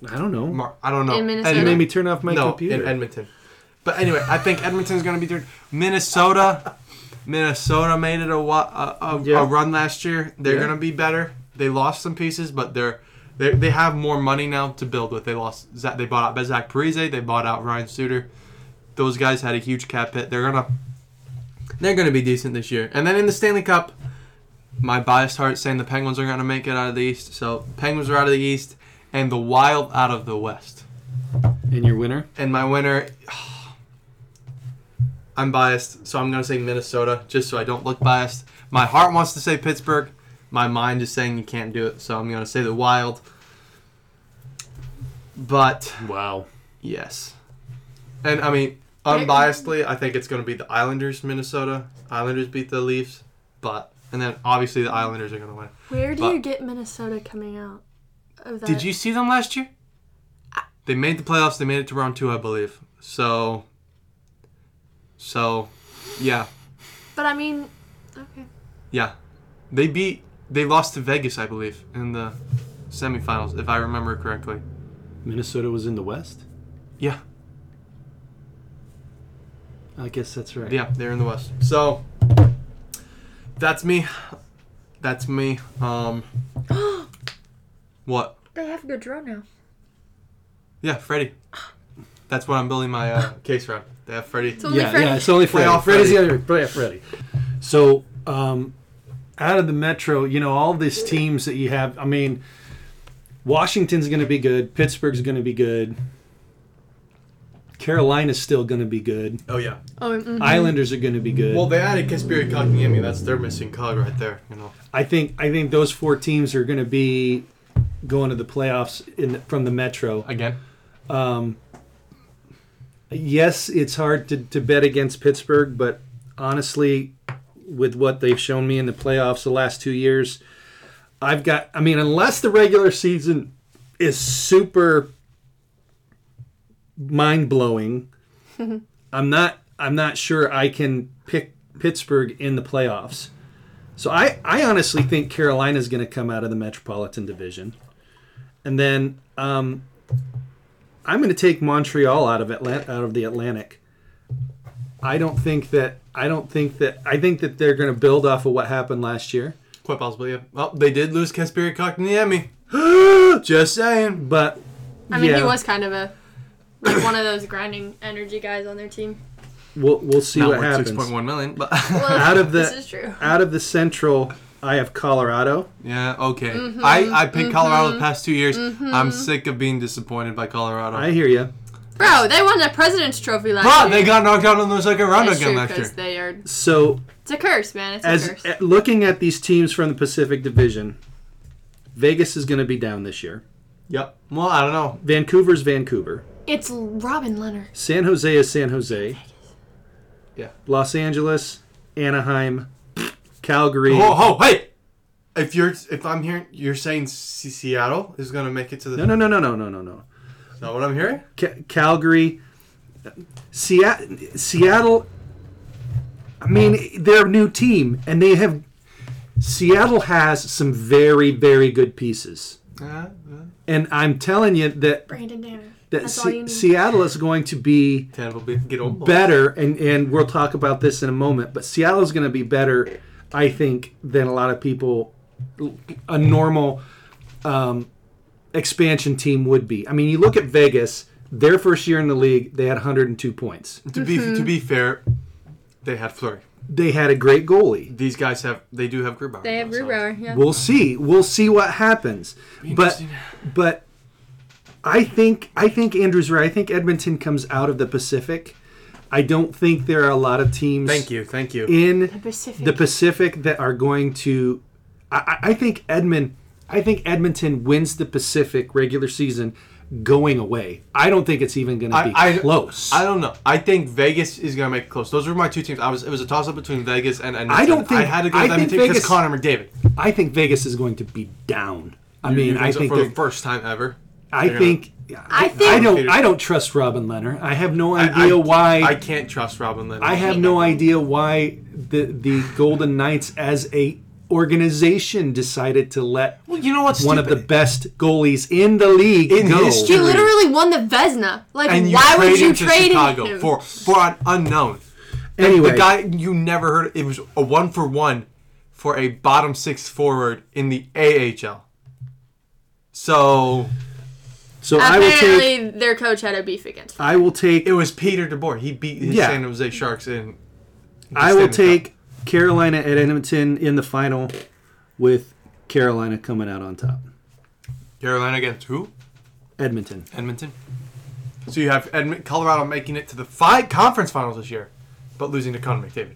S3: I don't know.
S2: Mar- I don't know.
S1: In Minnesota?
S3: You
S2: Anyway.
S3: made me turn off my
S2: no,
S3: computer.
S2: in Edmonton. But anyway, I think Edmonton's going to be third. Minnesota, Minnesota made it a wa- a, a,
S3: Yeah.
S2: a run last year. They're
S3: Yeah.
S2: going to be better. They lost some pieces, but they're they they have more money now to build with. They lost Zach, they bought out Zach Parise. They bought out Ryan Suter. Those guys had a huge cap hit. They're gonna they're gonna be decent this year. And then in the Stanley Cup, my biased heart saying the Penguins are gonna make it out of the East. So Penguins are out of the East, and the Wild out of the West.
S3: and your winner?
S2: And my winner, I'm biased, so I'm going to say Minnesota just so I don't look biased. My heart wants to say Pittsburgh. My mind is saying you can't do it, so I'm going to say the Wild. But
S3: Wow.
S2: yes. And I mean, Unbiasedly, I think it's going to be the Islanders, Minnesota. Islanders beat the Leafs, but and then obviously the Islanders are going to win.
S1: Where do
S2: But-
S1: you get Minnesota coming out of that?
S2: Did you see them last year? They made the playoffs. They made it to round two, I believe. So, so, yeah,
S1: But I mean, okay.
S2: yeah. They beat. They lost to Vegas, I believe, in the semifinals, if I remember correctly.
S3: Minnesota was in the West.
S2: Yeah,
S3: I guess that's right.
S2: yeah, they're in the West. So, that's me. That's me. Um, what?
S1: They have Gaudreau now.
S2: Yeah, Freddie. That's what I'm building my uh, case around. They have Freddie.
S1: It's only
S3: yeah,
S1: Freddie.
S3: yeah, it's only Freddy.
S2: Playoff
S3: Freddy's the
S2: Freddy.
S3: other playoff Freddy. So, um, out of the Metro, you know, all these teams that you have, I mean, Washington's going to be good. Pittsburgh's going to be good. Carolina's still going to be good.
S2: Oh yeah.
S1: Oh, mm.
S3: Islanders are going to be good.
S2: Well, they added Kasperi Kotkaniemi. That's their missing cog right there. You know.
S3: I think I think those four teams are going to be going to the playoffs in the, from the Metro.
S2: Again.
S3: Yes, it's hard to, to bet against Pittsburgh, but honestly, with what they've shown me in the playoffs the last two years, I've got, I mean, unless the regular season is super mind blowing, I'm not, I'm not sure I can pick Pittsburgh in the playoffs. So I, I honestly think Carolina's going to come out of the Metropolitan Division. And then um, I'm going to take Montreal out of Atlant- out of the Atlantic. I don't think that I don't think that I think that they're going to build off of what happened last year.
S2: Quite possibly, yeah. Well, they did lose Kasperi Kotkaniemi. Just saying.
S3: But
S1: I mean,
S3: yeah,
S1: he was kind of a like one of those grinding energy guys on their team.
S3: We'll we'll see
S2: Not
S3: what
S2: worth
S3: happens.
S2: six point one million, but
S1: Well,
S3: Out of the-
S1: this is true.
S3: Out of the Central, I have Colorado.
S2: yeah, okay.
S1: mm-hmm,
S2: I I picked Colorado the past two years. I'm sick of being disappointed by Colorado.
S3: I hear you.
S1: Bro, they won the President's Trophy last
S2: but
S1: year.
S2: they got knocked out in the second round
S1: That's
S2: again
S1: true,
S2: last year.
S1: because they are.
S3: So
S1: It's a curse, man. It's
S3: as
S1: a curse.
S3: at- looking at these teams from the Pacific Division, Vegas is going to be down this year.
S2: Yep. Well, I don't know.
S3: Vancouver's Vancouver.
S1: It's Robin Leonard.
S3: San Jose is San Jose.
S2: Yeah.
S3: Los Angeles, Anaheim, Calgary.
S2: Ho ho hey! If you're if I'm hearing you're saying Se- Seattle is gonna make it to the
S3: No, no, no, no, no, no, no, no.
S2: Is that what I'm hearing?
S3: Ca- Calgary, Seattle, Seattle. I mean, they're a new team, and they have. Seattle has some very, very good pieces,
S2: Uh,
S3: and I'm telling you that
S1: Brandon Danner.
S3: that
S1: That's all you
S3: Se-
S1: need.
S3: Seattle is going to be
S2: Ten will be get old.
S3: better, and and we'll talk about this in a moment. But Seattle is going to be better, I think, than a lot of people, a normal um, expansion team would be. I mean, you look at Vegas; their first year in the league, they had 102 points.
S2: To be
S1: Mm-hmm.
S2: to be fair, they had Flurry.
S3: They had a great goalie.
S2: These guys have they do have Grubauer.
S1: They have
S2: though, so-
S1: Grubauer, yeah.
S3: We'll see. We'll see what happens. But
S2: interesting.
S3: but I think I think Andrew's right. I think Edmonton comes out of the Pacific. I don't think there are a lot of teams.
S2: Thank you, thank you.
S3: In
S1: Pacific.
S3: the Pacific that are going to. I, I I think Edmond. I think Edmonton wins the Pacific regular season going away. I don't think it's even going to be
S2: I- I-
S3: close.
S2: I don't know. I think Vegas is gonna make it close. Those were my two teams. I was it was a toss up between Vegas and Edmonton.
S3: I don't think-
S2: I had to go
S3: I
S2: with
S3: think
S2: Edmonton because
S3: Vegas-
S2: Connor McDavid.
S3: I think Vegas is going to be down. I mean, I think
S2: for the
S3: they're-
S2: first time
S3: I
S2: ever. they're gonna-
S3: think I
S1: think-
S3: I don't I don't trust Robin Leonard. I have no
S2: I-
S3: idea
S2: I,
S3: why
S2: I can't trust Robin Leonard.
S3: I have no idea why the the Golden Knights as a organization decided to let
S2: Well, you know what's
S3: one of the best goalies in the league
S2: In
S3: go.
S2: history.
S1: he literally won the Vesna. Like,
S2: And you
S1: why would you
S2: him to
S1: trade
S2: Chicago
S1: him?
S2: for for an unknown?
S3: Anyway,
S2: The guy you never heard. It was a one for one for a bottom six forward in the AHL. So
S3: so I will take
S1: Apparently, their coach had a beef against him.
S3: I will take
S2: it was Peter DeBoer. He beat his
S3: Yeah.
S2: San Jose Sharks in. the
S3: I will
S2: Stanley Cup.
S3: take Carolina at Edmonton in the final with Carolina coming out on top.
S2: Carolina against who?
S3: Edmonton.
S2: Edmonton. So you have Edmont- Colorado making it to the five conference finals this year, but losing to Connor McDavid.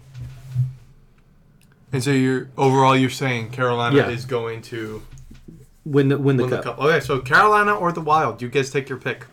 S2: And so you're overall you're saying Carolina
S3: Yeah.
S2: is going to
S3: Win the win the,
S2: win
S3: cup.
S2: the cup. Okay, so Carolina or the Wild, you guys take your pick.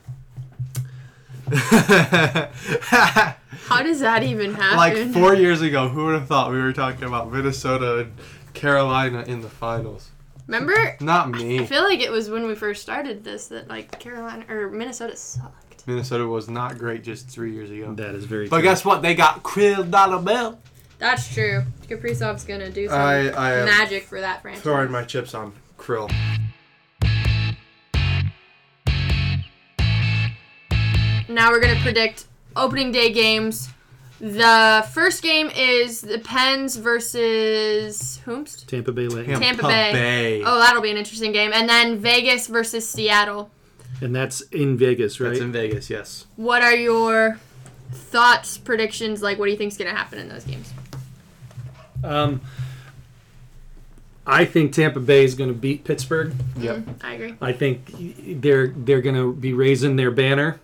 S1: How does that even happen?
S2: Like four years ago, who would have thought we were talking about Minnesota and Carolina in the finals?
S1: Remember?
S2: Not
S1: I
S2: me.
S1: feel like it was when we first started this that like Carolina or Minnesota sucked.
S2: Minnesota was not great just three years ago.
S3: That is very.
S2: But
S3: true.
S2: guess what? They got Krill Dollar Bell.
S1: That's true. Kaprizov's gonna do some
S2: I- uh, I am
S1: magic for that franchise.
S2: Throwing my chips on Krill.
S1: Now we're gonna predict opening day games. The first game is the Pens versus whomst?
S3: Tampa Bay Lightning,
S1: Tampa Bay.
S2: Bay.
S1: Oh, that'll be an interesting game. And then Vegas versus Seattle.
S3: and that's in Vegas, right?
S2: That's in Vegas, yes.
S1: What are your thoughts, predictions? Like, what do you think's gonna happen in those games?
S3: um, I think Tampa Bay is going to beat Pittsburgh.
S2: Yep.
S1: I agree.
S3: I think they're they're going to be raising their banner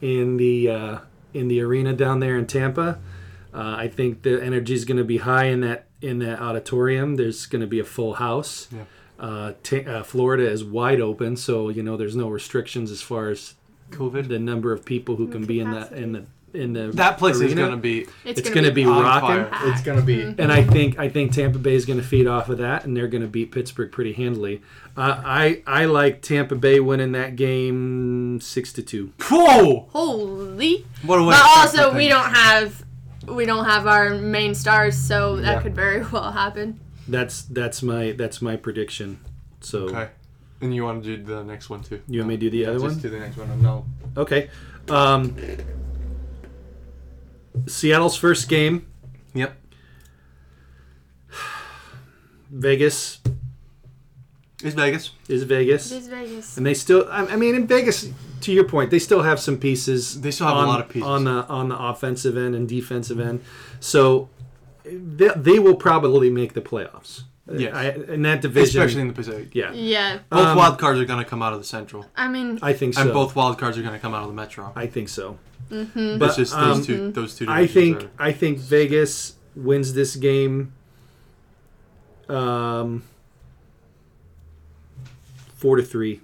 S3: in the uh, in the arena down there in Tampa. Uh, I think the energy is going to be high in that in that auditorium. There's going to be a full house.
S2: Yeah.
S3: Uh, Ta uh, Florida is wide open, so you know there's no restrictions as far as
S2: COVID.
S3: the number of people who can be in that in the in the
S2: That place is
S3: arena.
S2: going to be
S1: It's,
S3: It's, going to be
S2: on
S3: rocking.
S2: fire. It's going to be.
S3: And I think I think Tampa Bay is going to feed off of that, and they're going to beat Pittsburgh pretty handily. Uh, I I like Tampa Bay winning that game six to two.
S2: Whoa!
S1: Holy!
S2: What a way
S1: But
S2: to start
S1: also,
S2: that
S1: we
S2: thing.
S1: don't have we don't have our main stars, so that
S2: Yeah.
S1: could very well happen.
S3: That's that's my that's my prediction. So
S2: Okay. And you want to do the next one too?
S3: you want me to do the other
S2: Just
S3: one?
S2: do the next one. No.
S3: okay. Um, Seattle's first game,
S2: Yep.
S3: Vegas
S2: It's Vegas.
S3: is Vegas,
S1: It's Vegas.
S3: and they still. I, I mean, in Vegas, to your point, they still have some pieces.
S2: They still have a
S3: on,
S2: lot of pieces.
S3: on the on the offensive end and defensive end. So they, they will probably make the playoffs.
S2: Yes.
S3: Uh, I, in that division,
S2: Especially in the Pacific.
S3: yeah,
S1: Yeah,
S2: Both
S3: Um,
S2: wild cards are going to come out of the Central,
S1: I mean,
S3: I think so.
S2: and both wild cards are going to come out of the
S1: Mm-hmm.
S2: Metro.
S3: I think so.
S2: But,
S3: But,
S2: it's just those
S3: um,
S2: two. Those two.
S3: I
S2: divisions
S3: think I think Vegas wins this game. Um, four to three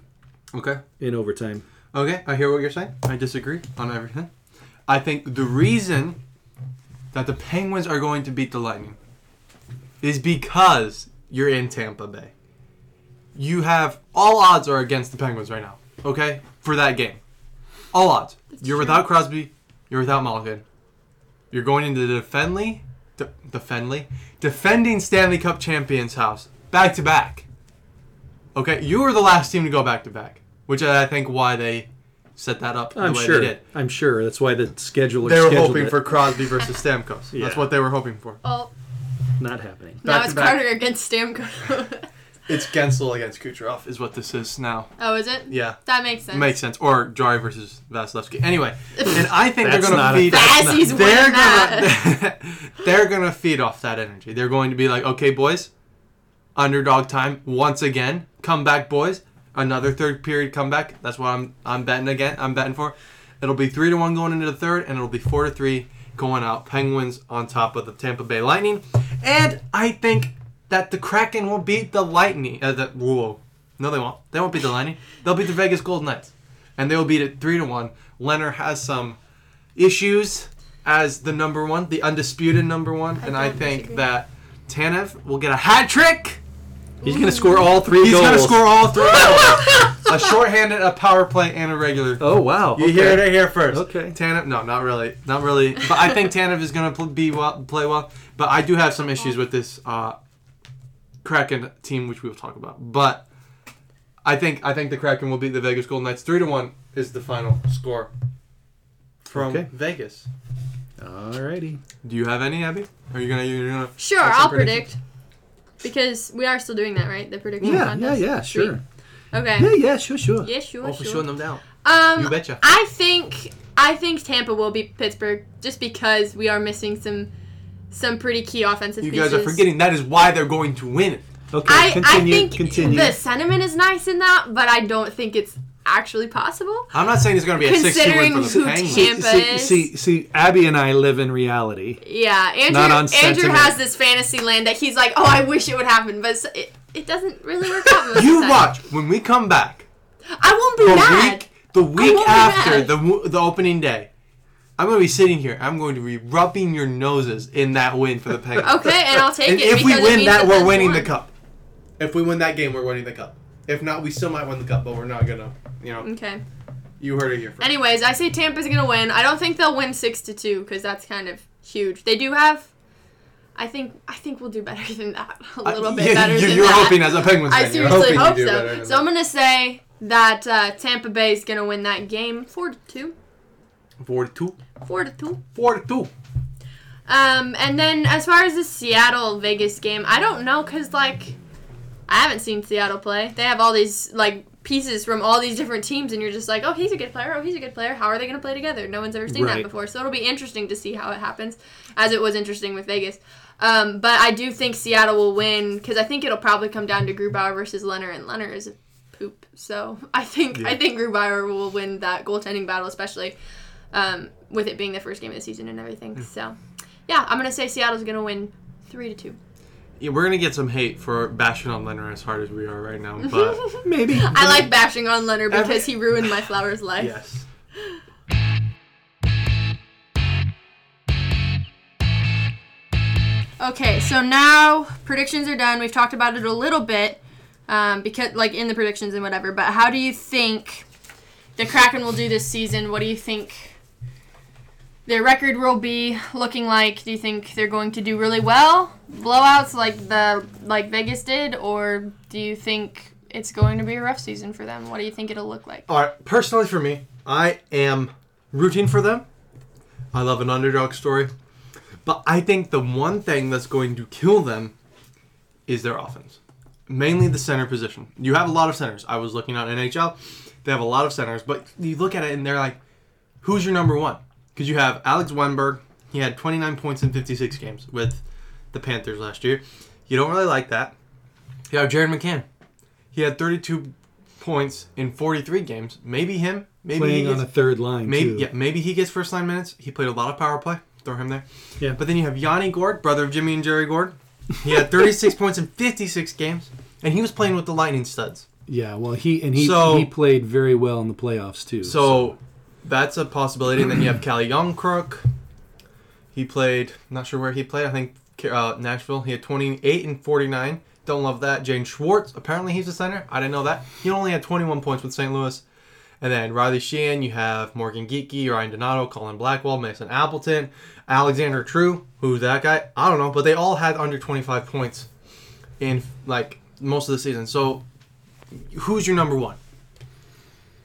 S2: are- okay.
S3: in overtime.
S2: Okay, I hear what you're saying. I disagree on everything. I think the reason that the Penguins are going to beat the Lightning is because you're in Tampa Bay. You have all odds are against the Penguins right now. Okay, for that game, all odds.
S1: true.
S2: you're without Crosby. You're without Malkin. You're going into the Fenley, de- defendly, defending Stanley Cup champions' house back to back. Okay, you were the last team to go back to back, which I think why they set that up the
S3: I'm
S2: way
S3: sure.
S2: they did.
S3: I'm sure. That's why the scheduler.
S2: They were
S3: scheduled
S2: hoping
S3: it.
S2: for Crosby versus Stamkos.
S3: Yeah.
S2: That's what they were hoping for.
S1: well,
S3: not happening.
S1: now
S2: back
S1: it's
S2: to back.
S1: Carter against Stamkos.
S2: It's Gensel against Kucherov is what this is now.
S1: oh, is it?
S2: Yeah,
S1: That makes sense.
S2: makes sense. Or Jari versus Vasilevsky. Anyway, and I think they're
S3: That's
S2: going
S3: not
S2: to
S3: a-
S2: feed.
S1: That's Vasi's not-
S2: they're
S1: winning that.
S2: gonna- they're going to feed off that energy. They're going to be like, okay, boys, underdog time once again. Come back, boys. Another third period comeback. That's what I'm I'm betting again. I'm betting for. It'll be three to one going into the third, and it'll be four to three going out. Penguins on top of the Tampa Bay Lightning, and I think that the Kraken will beat the Lightning. Uh, the whoa, no, they won't. They won't beat the Lightning. They'll beat the Vegas Golden Knights, and they'll beat it three to one. Leonard has some issues as the number one, the undisputed number one, and I
S1: don't
S2: think
S1: disagree.
S2: that Tanev will get a hat trick.
S3: He's going to score all three
S2: He's
S3: goals.
S2: gonna score all three goals. a shorthanded, a power play, and a regular.
S3: Oh wow!
S2: You hear it here first.
S3: Okay.
S2: Tanev, no, not really, not really. But I think Tanev is gonna pl- be well, play well. But I do have some issues with this uh, Kraken team, which we will talk about. But I think I think the Kraken will beat the Vegas Golden Knights three to one is the final score from
S3: Okay.
S2: Vegas. eh?
S3: Alrighty.
S2: Do you have any, Abby? Are you gonna you're gonna?
S1: Sure,
S2: That's a
S1: I'll predict.
S2: prediction.
S1: Because we are still doing that, right? Mm. The prediction
S3: Yeah, yeah,
S1: contest.
S3: yeah,
S1: Sweet.
S3: sure.
S1: Okay.
S3: Yeah, yeah, sure, sure.
S1: Yeah, sure,
S2: Oh, for
S1: sure.
S2: shutting them down.
S1: Um,
S2: You betcha.
S1: I think I think Tampa will beat Pittsburgh just because we are missing some some pretty key offensive
S2: You
S1: pieces.
S2: guys are forgetting that is why they're going to win. it.
S3: Okay,
S1: I,
S3: continue.
S1: I think
S3: continue.
S1: the sentiment is nice in that, but I don't think it's actually possible.
S2: I'm not saying it's going to be a 60 win for
S1: Considering
S2: the
S1: who
S2: Penguins.
S1: Tampa
S3: see,
S1: is-
S3: see, see, Abby and I live in reality.
S1: Yeah, Andrew.
S3: Not on
S1: Andrew
S3: sentiment.
S1: has this fantasy land that he's like, oh, I wish it would happen, but s- it, it doesn't really work out. Most of the
S2: You
S1: time.
S2: watch when we come back
S1: I won't be
S2: the
S1: mad.
S2: week the week
S1: won't be
S2: after
S1: mad.
S2: the w- the opening day. I'm going to be sitting here. I'm going to be rubbing your noses in that win for the Penguins.
S1: Okay, and I'll take
S2: and
S1: it.
S2: if we
S1: because it
S2: win
S1: means
S2: that,
S1: that's
S2: we're winning
S1: one.
S2: the cup. If we win that game, we're winning the cup. If not, we still might win the cup, but we're not gonna. You know,
S1: Okay.
S2: you heard it here first.
S1: Anyways, I say Tampa's gonna win. I don't think they'll win six to two because that's kind of huge. They do have. I think I think we'll do better than that. A
S2: I-
S1: little bit
S2: you-
S1: better
S2: you,
S1: than
S2: You're
S1: that.
S2: hoping as a Penguins fan.
S1: I seriously
S2: you're hoping
S1: hope
S2: you do better
S1: so.
S2: than
S1: So I'm
S2: that.
S1: gonna say that uh, Tampa Bay is gonna win that game four to two.
S2: four to two,
S1: Four to two.
S2: four to two.
S1: Um, and then as far as the Seattle Vegas game, I don't know because like I haven't seen Seattle play. They have all these like pieces from all these different teams, and you're just like, oh, he's a good player. Oh, he's a good player. How are they gonna play together? No one's ever seen that
S3: Right.
S1: before, so it'll be interesting to see how it happens, as it was interesting with Vegas. Um, but I do think Seattle will win because I think it'll probably come down to Grubauer versus Leonard, and Leonard is a poop. So I think I think Grubauer will win that goaltending battle, especially um, with it being the first game of the season and everything. So, yeah, I'm gonna say Seattle's gonna win three to two.
S2: Yeah, we're gonna get some hate for bashing on Leonard as hard as we are right now, but
S3: Maybe.
S1: I like bashing on Leonard because he ruined my flower's life.
S2: yes.
S1: Okay, so now predictions are done. We've talked about it a little bit um, because, like, in the predictions and whatever. But how do you think the Kraken will do this season? What do you think their record will be looking like? Do you think they're going to do really well, blowouts like the like Vegas did, or do you think it's going to be a rough season for them? What do you think it'll look like?
S2: All right, personally for me, I am rooting for them. I love an underdog story. But I think the one thing that's going to kill them is their offense. Mainly the center position. You have a lot of centers. I was looking on NHL. They have a lot of centers, but you look at it and they're like, who's your number one? Because you have Alex Weinberg. He had 29 points in 56 games with the Panthers last year. You don't really like that. You have Jared McCann. He had 32 points in 43 games. Maybe him. Maybe he
S3: playing on
S2: gets-
S3: a third line.
S2: Maybe
S3: too.
S2: yeah, maybe he gets first line minutes. He played a lot of power play. Throw him there.
S3: Yeah.
S2: But then you have Yanni Gord, brother of Jimmy and Jerry Gord. He had 36 points in 56 games, and he was playing with the Lightning studs.
S3: Yeah, well, he and he
S2: So-
S3: he played very well in the playoffs too.
S2: So that's a possibility. And then you have Cali Youngkrook. He played. Not sure where he played. I think uh, Nashville. He had 28 and 49. Don't love that. Jane Schwartz. Apparently he's a center. I didn't know that. He only had 21 points with St. Louis. And then Riley Sheehan. You have Morgan Geeky, Ryan Donato, Colin Blackwell, Mason Appleton, Alexander True. Who's that guy? I don't know. But they all had under 25 points in like most of the season. So who's your number one?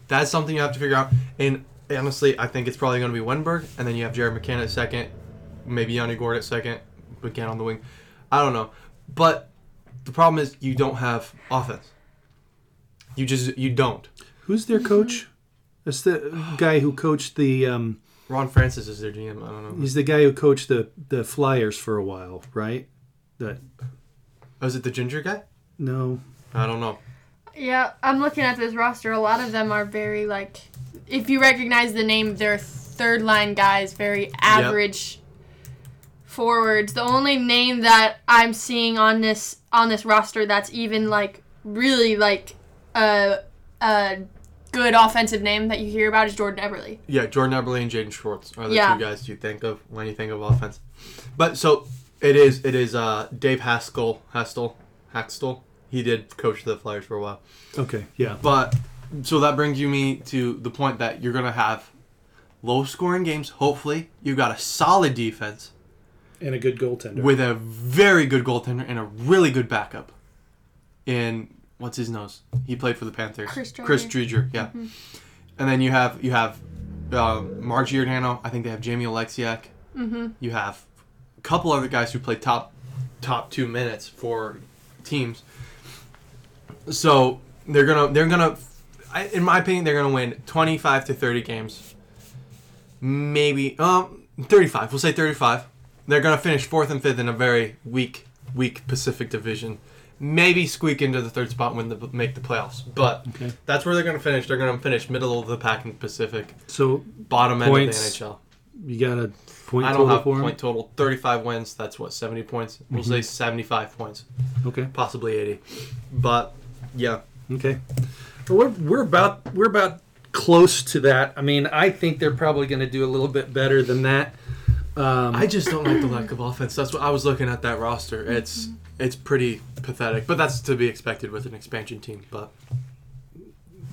S2: That's something you have to figure out. And honestly, I think it's probably going to be Wenberg, and then you have Jared McCann at second, maybe Yanni Gord at second, McCann on the wing. I don't know, but the problem is you don't have offense. You just you don't.
S3: who's
S1: Mm-hmm.
S3: their coach? That's the guy who coached the. Um,
S2: Ron Francis is their GM. I don't know.
S3: he's the guy who coached the the Flyers for a while, right? That
S2: Oh, Is it the ginger guy?
S3: no,
S2: I don't know.
S1: Yeah, I'm looking at this roster. A lot of them are very like, if you recognize the name, they're third line guys, very average forwards. The only name that I'm seeing on this on this roster that's even like really like a a good offensive name that you hear about is Jordan Eberle.
S2: Yeah, Jordan Eberle and Jaden Schwartz are the
S1: Yeah.
S2: two guys you think of when you think of offense. But so it is. It is uh, Dave Haskell. Haskell. Haskell. He did coach the Flyers for a while.
S3: okay, yeah,
S2: But so that brings you me to the point that you're gonna have low scoring games. Hopefully, you got a solid defense
S3: and a good goaltender.
S2: with a very good goaltender and a really good backup. In what's his nose? He played for the Panthers.
S1: Chris
S2: Chris Dreger, Mm-hmm. yeah. And then you have you have um, Mark Giordano. I think they have Jamie Alexiak. Mm-hmm. You have a couple other guys who play top top two minutes for teams. So they're gonna they're gonna, I, in my opinion, they're gonna win twenty five to thirty games. Maybe um thirty five. We'll say thirty five. They're gonna finish fourth and fifth in a very weak weak Pacific Division. Maybe squeak into the third spot when the make the playoffs, but
S3: Okay.
S2: that's where they're gonna finish. They're gonna finish middle of the pack in the Pacific,
S3: so
S2: bottom
S3: Points.
S2: end of the NHL.
S3: you got a point
S2: I don't
S3: total
S2: have
S3: for Mm-hmm. him.
S2: point total. Thirty five wins. That's what seventy points. We'll say seventy five points,
S3: Okay,
S2: possibly eighty, but yeah.
S3: okay. Well, we're we're about we're about close to that. I mean, I think they're probably going to do a little bit better than that. Um,
S2: I just don't like the lack of offense. That's what I was looking at that roster. It's it's pretty pathetic, but that's to be expected with an expansion team. But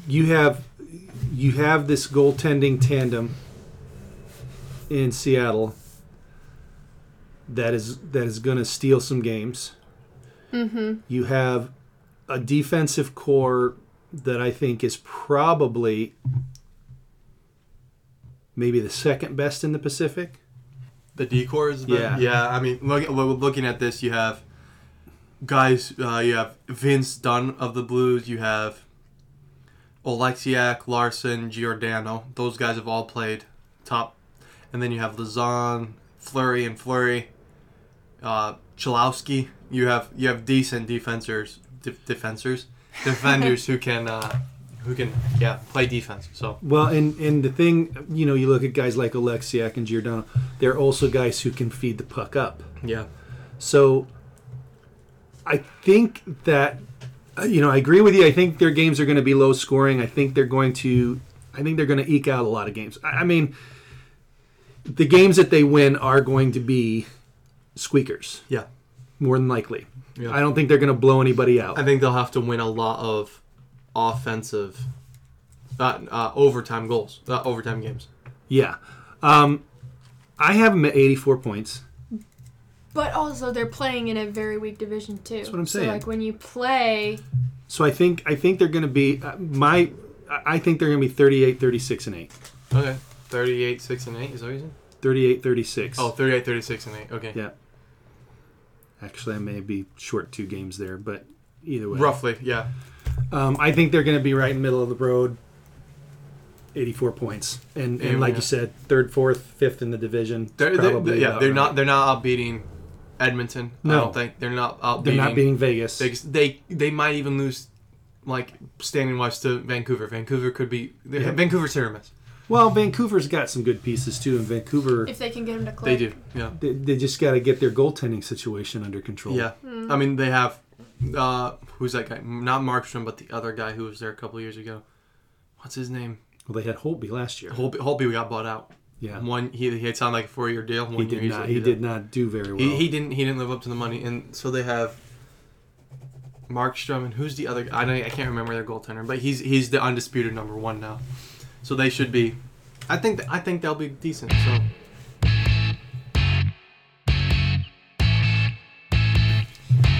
S3: you have you have this goaltending tandem in Seattle that is that is going to steal some games. Mm-hmm. You have a defensive core that I think is probably maybe the second best in the Pacific.
S2: the decor is the,
S3: Yeah.
S2: yeah. I mean, look, lo- looking at this, you have guys. Uh, you have Vince Dunn of the Blues. You have Oleksiak, Larson, Giordano. Those guys have all played top, and then you have Lazan, Flurry, and Flurry. Uh, Chalowski. You have you have decent defenders, de- defenders, defenders who can uh, who can yeah play defense. So
S3: Well, and and the thing, you know, you look at guys like Alexiak and Giordano. They're also guys who can feed the puck up.
S2: yeah,
S3: So I think that uh, you know, I agree with you. I think their games are going to be low scoring. I think they're going to I think they're going to eke out a lot of games. I, I mean, the games that they win are going to be squeakers
S2: yeah.
S3: more than likely.
S2: Yeah.
S3: I don't think they're going to blow anybody out.
S2: I think they'll have to win a lot of offensive, uh, uh, overtime goals, uh, overtime games.
S3: yeah. Um I have them at 84 points.
S1: But also, they're playing in a very weak division too. That's
S3: what I'm
S1: So
S3: saying.
S1: like when you play,
S3: So I think I think they're going to be uh, my I I think they're going to be 38 36 and 8.
S2: Okay. 38, 6, and 8, is that what you said?
S3: 38 36.
S2: Oh, 38, 36, and 8. Okay.
S3: Yeah. Actually, I may be short two games there, but either way,
S2: Roughly, yeah.
S3: Um, I think they're going to be right in the middle of the road. 84 points, and, and
S2: Yeah.
S3: like you said, third, fourth, fifth in the division.
S2: They're, they're-
S3: probably
S2: yeah,
S3: about
S2: they're
S3: right.
S2: not they're not outbeating Edmonton. I
S3: No.
S2: don't think they're not outbeating.
S3: They're not beating Vegas.
S2: They, they they might even lose, like standing wise to Vancouver. Vancouver could be Vancouver's hit or miss.
S3: well, Vancouver's got some good pieces too, and Vancouver
S1: if they can get them to
S2: They
S1: click,
S2: do, yeah.
S3: they, they just got to get their goaltending situation under control.
S2: Yeah, I mean they have. Uh, who's that guy? Not Markstrom, but the other guy who was there a couple years ago. What's his name?
S3: Well, they had Holtby last year.
S2: Holby. Holby got bought out.
S3: Yeah.
S2: One he he had signed like a four year deal. One
S3: He
S2: year
S3: did
S2: he's
S3: not.
S2: like,
S3: He
S2: he's
S3: did
S2: out.
S3: not do very well.
S2: He, he didn't he didn't live up to the money, and so they have Markstrom and who's the other? I don't, I can't remember their goaltender, but he's he's the undisputed number one now. So they should be. I think I think they'll be decent. So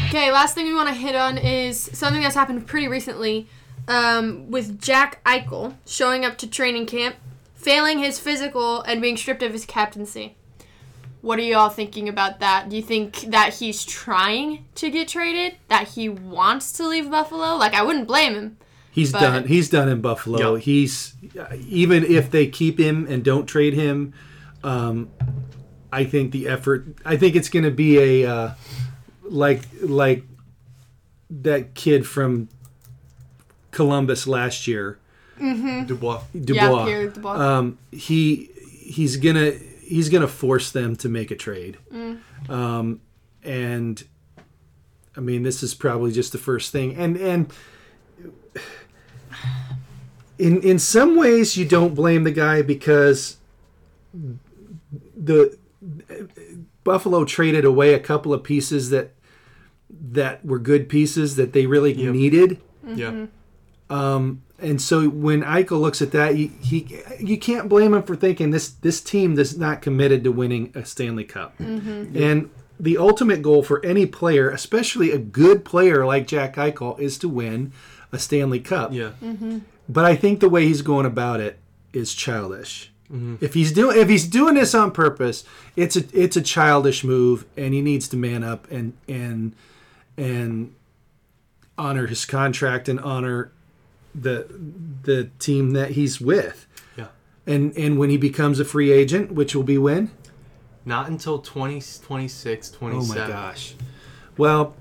S1: Okay, last thing we want to hit on is something that's happened pretty recently um, with Jack Eichel showing up to training camp, failing his physical, and being stripped of his captaincy. What are you all thinking about that? Do you think that he's trying to get traded? That he wants to leave Buffalo? Like, I wouldn't blame him.
S3: He's
S1: but-
S3: done. He's done in Buffalo.
S2: Yeah.
S3: He's even if they keep him and don't trade him, um, I think the effort. I think it's going to be a uh, like like that kid from Columbus last year,
S2: Dubois.
S3: Dubois.
S1: Yeah, Pierre Dubois.
S3: Um, he he's gonna he's gonna force them to make a trade, um, and I mean this is probably just the first thing, and and in in some ways you don't blame the guy because the Buffalo traded away a couple of pieces that that were good pieces that they really
S2: Yep.
S3: needed.
S2: Yeah.
S3: Um, and so when Eichel looks at that, he, he you can't blame him for thinking this this team is not committed to winning a Stanley Cup. And the ultimate goal for any player, especially a good player like Jack Eichel, is to win a Stanley Cup.
S2: Yeah.
S3: But I think the way he's going about it is childish.
S2: Mm-hmm.
S3: If he's doing if he's doing this on purpose, it's a it's a childish move, and he needs to man up and and and honor his contract and honor the the team that he's with.
S2: Yeah.
S3: And and when he becomes a free agent, which will be when?
S2: Not until 20, 26,
S3: Oh my
S2: 27.
S3: gosh. Well,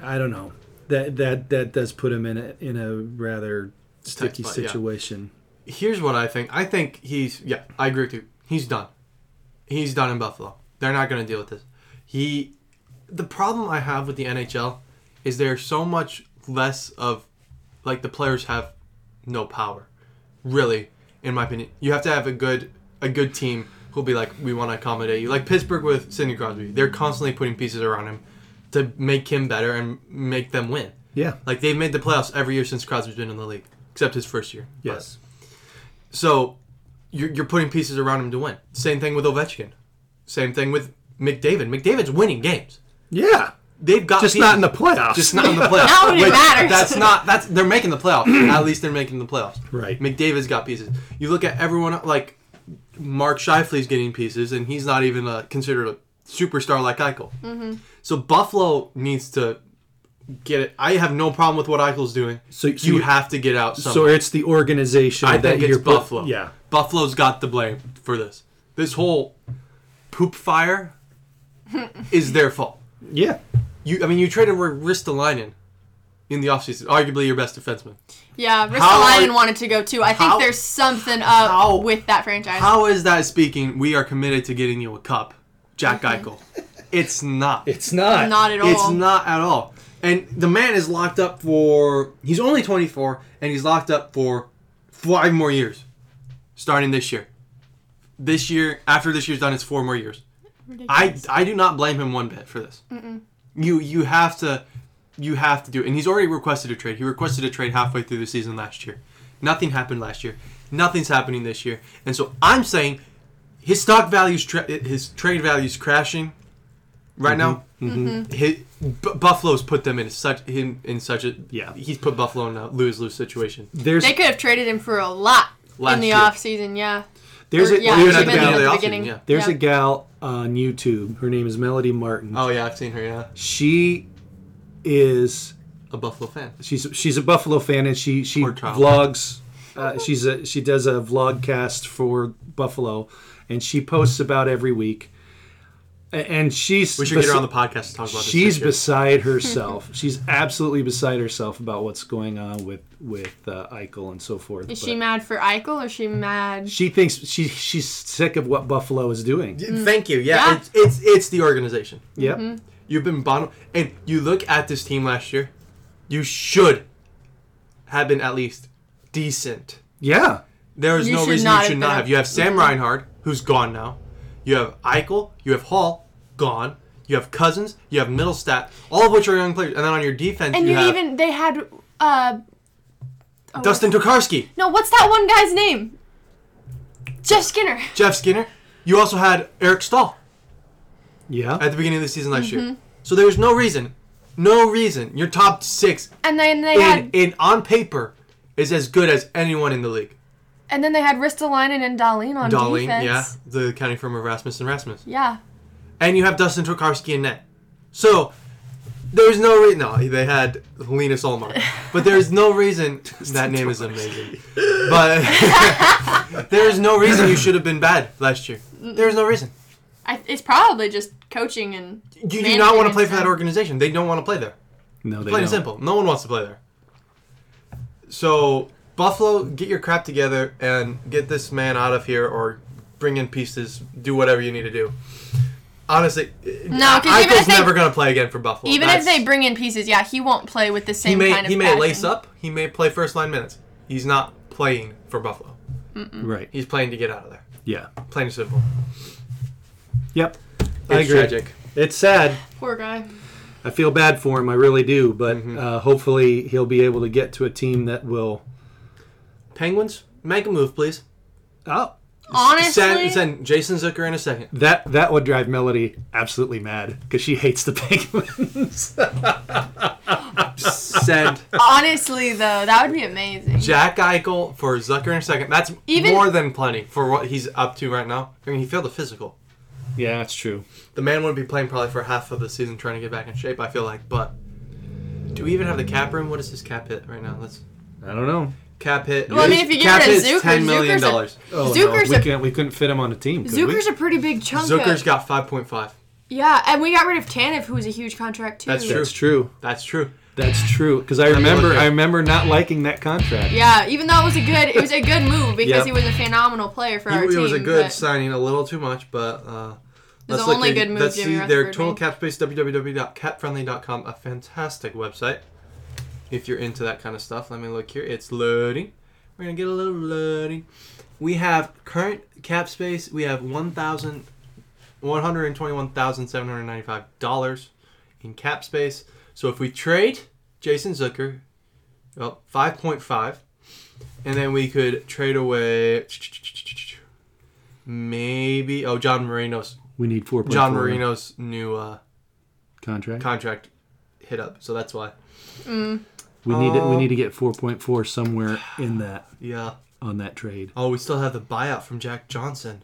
S3: I don't know. That that that does put him in a in a rather sticky
S2: spot, yeah.
S3: situation.
S2: here's what I think. I think he's yeah, I agree with you. He's done. He's done in Buffalo. They're not gonna deal with this. He the problem I have with the NHL is there's so much less of like the players have no power. Really, in my opinion, you have to have a good a good team who'll be like, we want to accommodate you. Like Pittsburgh with Sidney Crosby, they're constantly putting pieces around him to make him better and make them win.
S3: Yeah.
S2: Like they've made the playoffs every year since Crosby's been in the league, except his first year. But-
S3: Yes.
S2: so you're, you're putting pieces around him to win. Same thing with Ovechkin. Same thing with McDavid. McDavid's winning games.
S3: Yeah.
S2: They've got
S3: Just
S2: pieces.
S3: not in the playoffs.
S2: Just not in the playoffs.
S1: Now it
S2: Which-
S1: matters.
S2: That's not that's they're making the playoffs. at least they're making the playoffs.
S3: Right.
S2: McDavid's got pieces. You look at everyone like Mark Scheifele's getting pieces, and he's not even uh considered a superstar like Eichel. Mm-hmm. So Buffalo needs to get it. I have no problem with what Eichel's doing.
S3: So- so
S2: you
S3: you-
S2: have to get out. Somehow.
S3: So it's the organization
S2: I
S3: that
S2: think it's
S3: you're put-
S2: Buffalo.
S3: yeah.
S2: Buffalo's got the blame for this. This whole poop fire is their fault.
S3: Yeah.
S2: You, I mean, you traded Ristolainen in the offseason, arguably your best defenseman.
S1: Yeah,
S2: How are-
S1: Ristolainen wanted to go too. I think
S2: How-
S1: there's something up
S2: How-
S1: with that franchise.
S2: How is that speaking? We are committed to getting you a cup, Jack Eichel. It's not.
S3: It's not.
S1: Not at all.
S2: It's not at all. And the man is locked up for. He's only 24, and he's locked up for five more years, starting this year. This year, after this year's done, it's four more years. I I do not blame him one bit for this. You you have to you have to do it, and he's already requested a trade. He requested a trade halfway through the season last year. Nothing happened last year. Nothing's happening this year, and so I'm saying his stock values, tra- his trade values crashing right now. His, B- Buffalo's put them in such him in such a
S3: Yeah.
S2: He's put Buffalo in a lose lose situation.
S3: There's
S1: they could have traded him for a lot
S2: Last
S1: in the
S2: year.
S1: off season. Yeah.
S3: there's
S1: Or-
S3: a
S1: yeah,
S3: there's
S2: at
S3: a
S1: even
S2: the
S1: at
S3: gal,
S2: beginning of the
S1: the
S2: offseason,
S1: beginning.
S2: yeah.
S3: there's a
S1: Yeah.
S3: gal on YouTube. Her name is Melody Martin.
S2: Oh yeah, I've seen her. Yeah,
S3: She is
S2: a Buffalo fan.
S3: she's she's a Buffalo fan and she she
S2: Poor child.
S3: vlogs. Uh, she's a she does a vlog cast for Buffalo, and she posts about every week. A- And she's
S2: We should get her on the podcast to talk about
S3: she's
S2: this.
S3: beside herself. she's absolutely beside herself about what's going on with with uh, Eichel and so forth.
S1: Is
S3: but
S1: she mad for Eichel or is she mad?
S3: she thinks she she's sick of what Buffalo is doing.
S2: She's Thank you.
S1: Yeah.
S2: It's, it's it's the organization.
S3: Yep.
S1: Mm-hmm.
S2: You've been bottom, and you look at this team last year. You should have been at least decent.
S3: Yeah.
S2: There is
S1: You
S2: no
S1: should
S2: reason
S1: not
S2: you
S1: have
S2: should
S1: been
S2: not
S1: a-
S2: have. You have Sam Reinhard, who's gone now. You have Eichel. You have Hall, gone. You have Cousins. You have Middlestat, all of which are young players. And then on your defense,
S1: and
S2: you,
S1: you
S2: have
S1: even they had uh
S2: Dustin Tokarski,
S1: no what's that one guy's name? Jeff Skinner.
S2: Jeff Skinner. You also had Eric Stahl
S3: Yeah.
S2: at the beginning of the season last
S1: Mm-hmm.
S2: year. So there's no reason, no reason. Your top six
S1: And then they
S2: in,
S1: had
S2: in on paper is as good as anyone in the league.
S1: and then they had Ristolainen and Darlene on
S2: Darling,
S1: defense.
S2: yeah, the counting from Erasmus and Rasmus.
S1: Yeah.
S2: And you have Dustin Tokarski in net. So there's no reason. No, they had Linus Olmark, but there's no reason that name is amazing. But there's no reason you should have been bad last year. There's no reason.
S1: I, it's probably just coaching and
S2: You do
S1: management
S2: not want to
S1: and
S2: play for that
S1: stuff.
S2: organization. They don't want to play there.
S3: No, they
S2: Plain
S3: don't.
S2: and simple. No one wants to play there. So Buffalo, get your crap together and get this man out of here, or bring in pieces. Do whatever you need to do. Honestly,
S1: No, 'cause even
S2: Eichel's
S1: if they-
S2: never going to play again for Buffalo.
S1: Even if
S2: That's-
S1: they bring in pieces, yeah, he won't play with the same
S2: he may
S1: kind of
S2: he may
S1: passion.
S2: lace up, he may play first line minutes. He's not playing for Buffalo.
S3: Right.
S2: He's playing to get out of there.
S3: Yeah.
S2: Plain and simple.
S3: Yep.
S2: It's
S3: I agree.
S2: tragic.
S3: It's sad.
S1: Poor guy.
S3: I feel bad for him. I really do. But
S2: Mm-hmm.
S3: uh, hopefully he'll be able to get to a team that will.
S2: Penguins, make a move, please.
S3: Oh,
S1: Honestly,
S2: Send, send Jason Zucker in a second.
S3: that that would drive Melody absolutely mad because she hates the Penguins.
S2: send
S1: honestly though, that would be amazing.
S2: Jack Eichel for Zucker in a second. That's
S1: Even-
S2: more than plenty for what he's up to right now. I mean, he failed a physical.
S3: yeah, that's true.
S2: The man would be playing probably for half of the season trying to get back in shape, I feel like. But do we even have the cap room? What is his cap hit right now? Let's
S3: I don't know.
S2: cap hit.
S1: Well, I mean, if you get
S2: cap
S1: rid of
S2: hit's
S1: Zucker,
S2: $10 million.
S1: Zucker's
S3: Oh,
S1: Zucker's
S3: no,
S1: a-
S3: we, can't, we couldn't fit him on a team. could we?
S1: Zucker's a pretty big chunk. of-
S2: Zucker's got 5.5.
S1: yeah, and we got rid of Tanev, who was a huge contract too.
S2: That's true.
S3: That's true.
S2: That's true.
S3: That's true. Because I
S2: me look
S3: remember,
S2: at-
S3: I remember not liking that contract.
S1: Yeah, even though it was a good, it was a good move because
S3: Yep.
S1: he was a phenomenal player for
S2: He,
S1: our
S2: it
S1: team.
S2: was a good
S1: but-
S2: signing, a little too much, but uh,
S1: was
S2: let's
S1: the
S2: look
S1: only
S2: in-
S1: good move
S2: Let's
S1: Jimmy
S2: see their
S1: Rutherford
S2: total
S1: made.
S2: cap space www.capfriendly.com, a fantastic website. If you're into that kind of stuff, let me look here. It's loading. We're gonna get a little bloody. We have current cap space. We have one thousand one hundred twenty-one thousand seven hundred ninety-five dollars in cap space. So if we trade Jason Zucker, well, five point five, and then we could trade away maybe oh John Marino's
S3: We need four.
S2: John Marino's new uh,
S3: contract.
S2: contract hit up. So that's why.
S3: we need to, we need to get four point four somewhere in that
S2: Yeah.
S3: on that trade.
S2: Oh, we still have the buyout from Jack Johnson.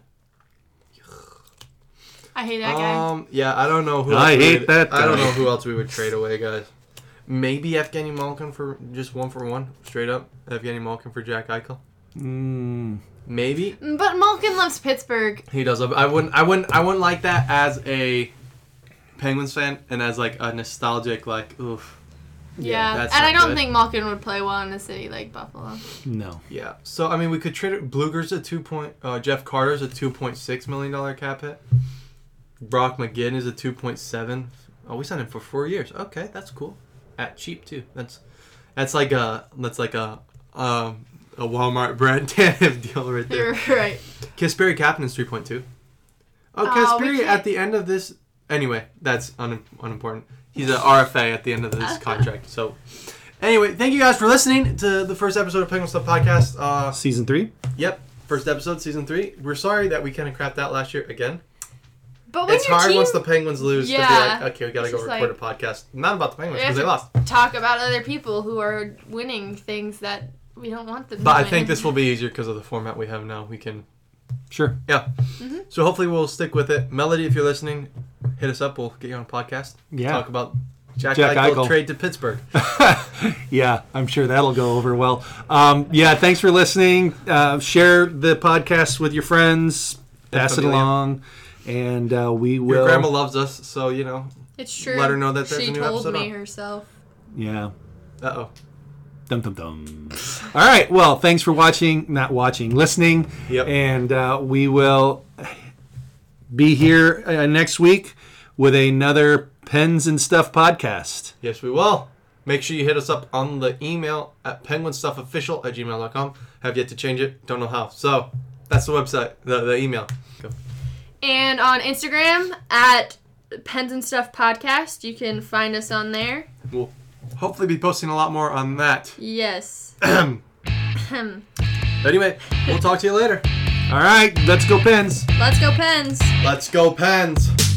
S1: I hate that guy.
S2: Um, yeah, I don't know who.
S3: I
S2: else we
S3: hate
S2: would-
S3: that
S2: I don't
S3: guy.
S2: know who else we would trade away, guys. Maybe Evgeny Malkin for just one for one, straight up. Evgeny Malkin for Jack Eichel.
S3: Mm.
S2: Maybe
S1: But Malkin loves Pittsburgh.
S2: he does. love- I wouldn't. I wouldn't. I wouldn't like that as a Penguins fan and as like a nostalgic like oof.
S1: Yeah,
S2: that's
S1: and
S2: not
S1: I don't
S2: good.
S1: think Malkin would play well in a city like Buffalo.
S3: No.
S2: Yeah. So I mean, we could trade it. Bluger's a two point. Uh, Jeff Carter's a two point six million dollar cap hit. Brock McGinn is a two point seven. Oh, we signed him for four years. Okay, that's cool. At cheap too. That's that's like a that's like a um, a Walmart brand tandem deal right there.
S1: You're right.
S2: Kasperi Kapanen's three point two. Oh,
S1: Aw, we
S2: Kasperi
S1: can't-
S2: at the end of this. Anyway, that's un- unimportant. He's an RFA at the end of this contract. So, anyway, thank you guys for listening to the first episode of Penguin Stuff Podcast. Uh,
S3: Season three.
S2: Yep. First episode, season three. We're sorry that we kind of crapped out last year again.
S1: But when
S2: it's
S1: your
S2: hard
S1: team
S2: once the Penguins lose to
S1: Yeah.
S2: be like, okay, we gotta
S1: It's
S2: go
S1: just
S2: record a podcast. Not about the Penguins because they
S1: Yeah.
S2: lost.
S1: talk about other people who are winning things that we don't want them.
S2: But
S1: to
S2: I
S1: win.
S2: think this will be easier because of the format we have now. We can,
S3: Sure.
S2: yeah.
S1: Mm-hmm.
S2: So hopefully we'll stick with it. Melody, if you're listening, hit us up. We'll get you on a podcast.
S3: Yeah.
S2: Talk about Jack,
S3: Jack
S2: Eichel,
S3: Eichel.
S2: trade to Pittsburgh.
S3: Yeah, I'm sure that'll go over well. Um, yeah, thanks for listening. Uh, share the podcast with your friends. Pass it
S2: Familia.
S3: along, and uh, we will.
S2: Your grandma loves us, so you know.
S1: it's true.
S2: let her know that there's
S1: she
S2: a new
S1: told
S2: episode
S1: me
S2: on.
S1: herself.
S3: yeah.
S2: Uh oh.
S3: Dum dum dum. All right. Well, thanks for watching. Not watching, listening.
S2: Yep.
S3: And uh, we will be here uh, next week with another Pens and Stuff podcast.
S2: Yes, we will. Make sure you hit us up on the email at penguinstuffofficial at gmail.com. Have yet to change it. Don't know how. So that's the website, the, the email. Go.
S1: And on Instagram at Pens and Stuff Podcast, you can find us on there.
S2: We'll hopefully be posting a lot more on that.
S1: Yes.
S2: Anyway, we'll talk to you later.
S3: All right. Let's go, Pens.
S1: Let's go Pens.
S2: Let's go, Pens.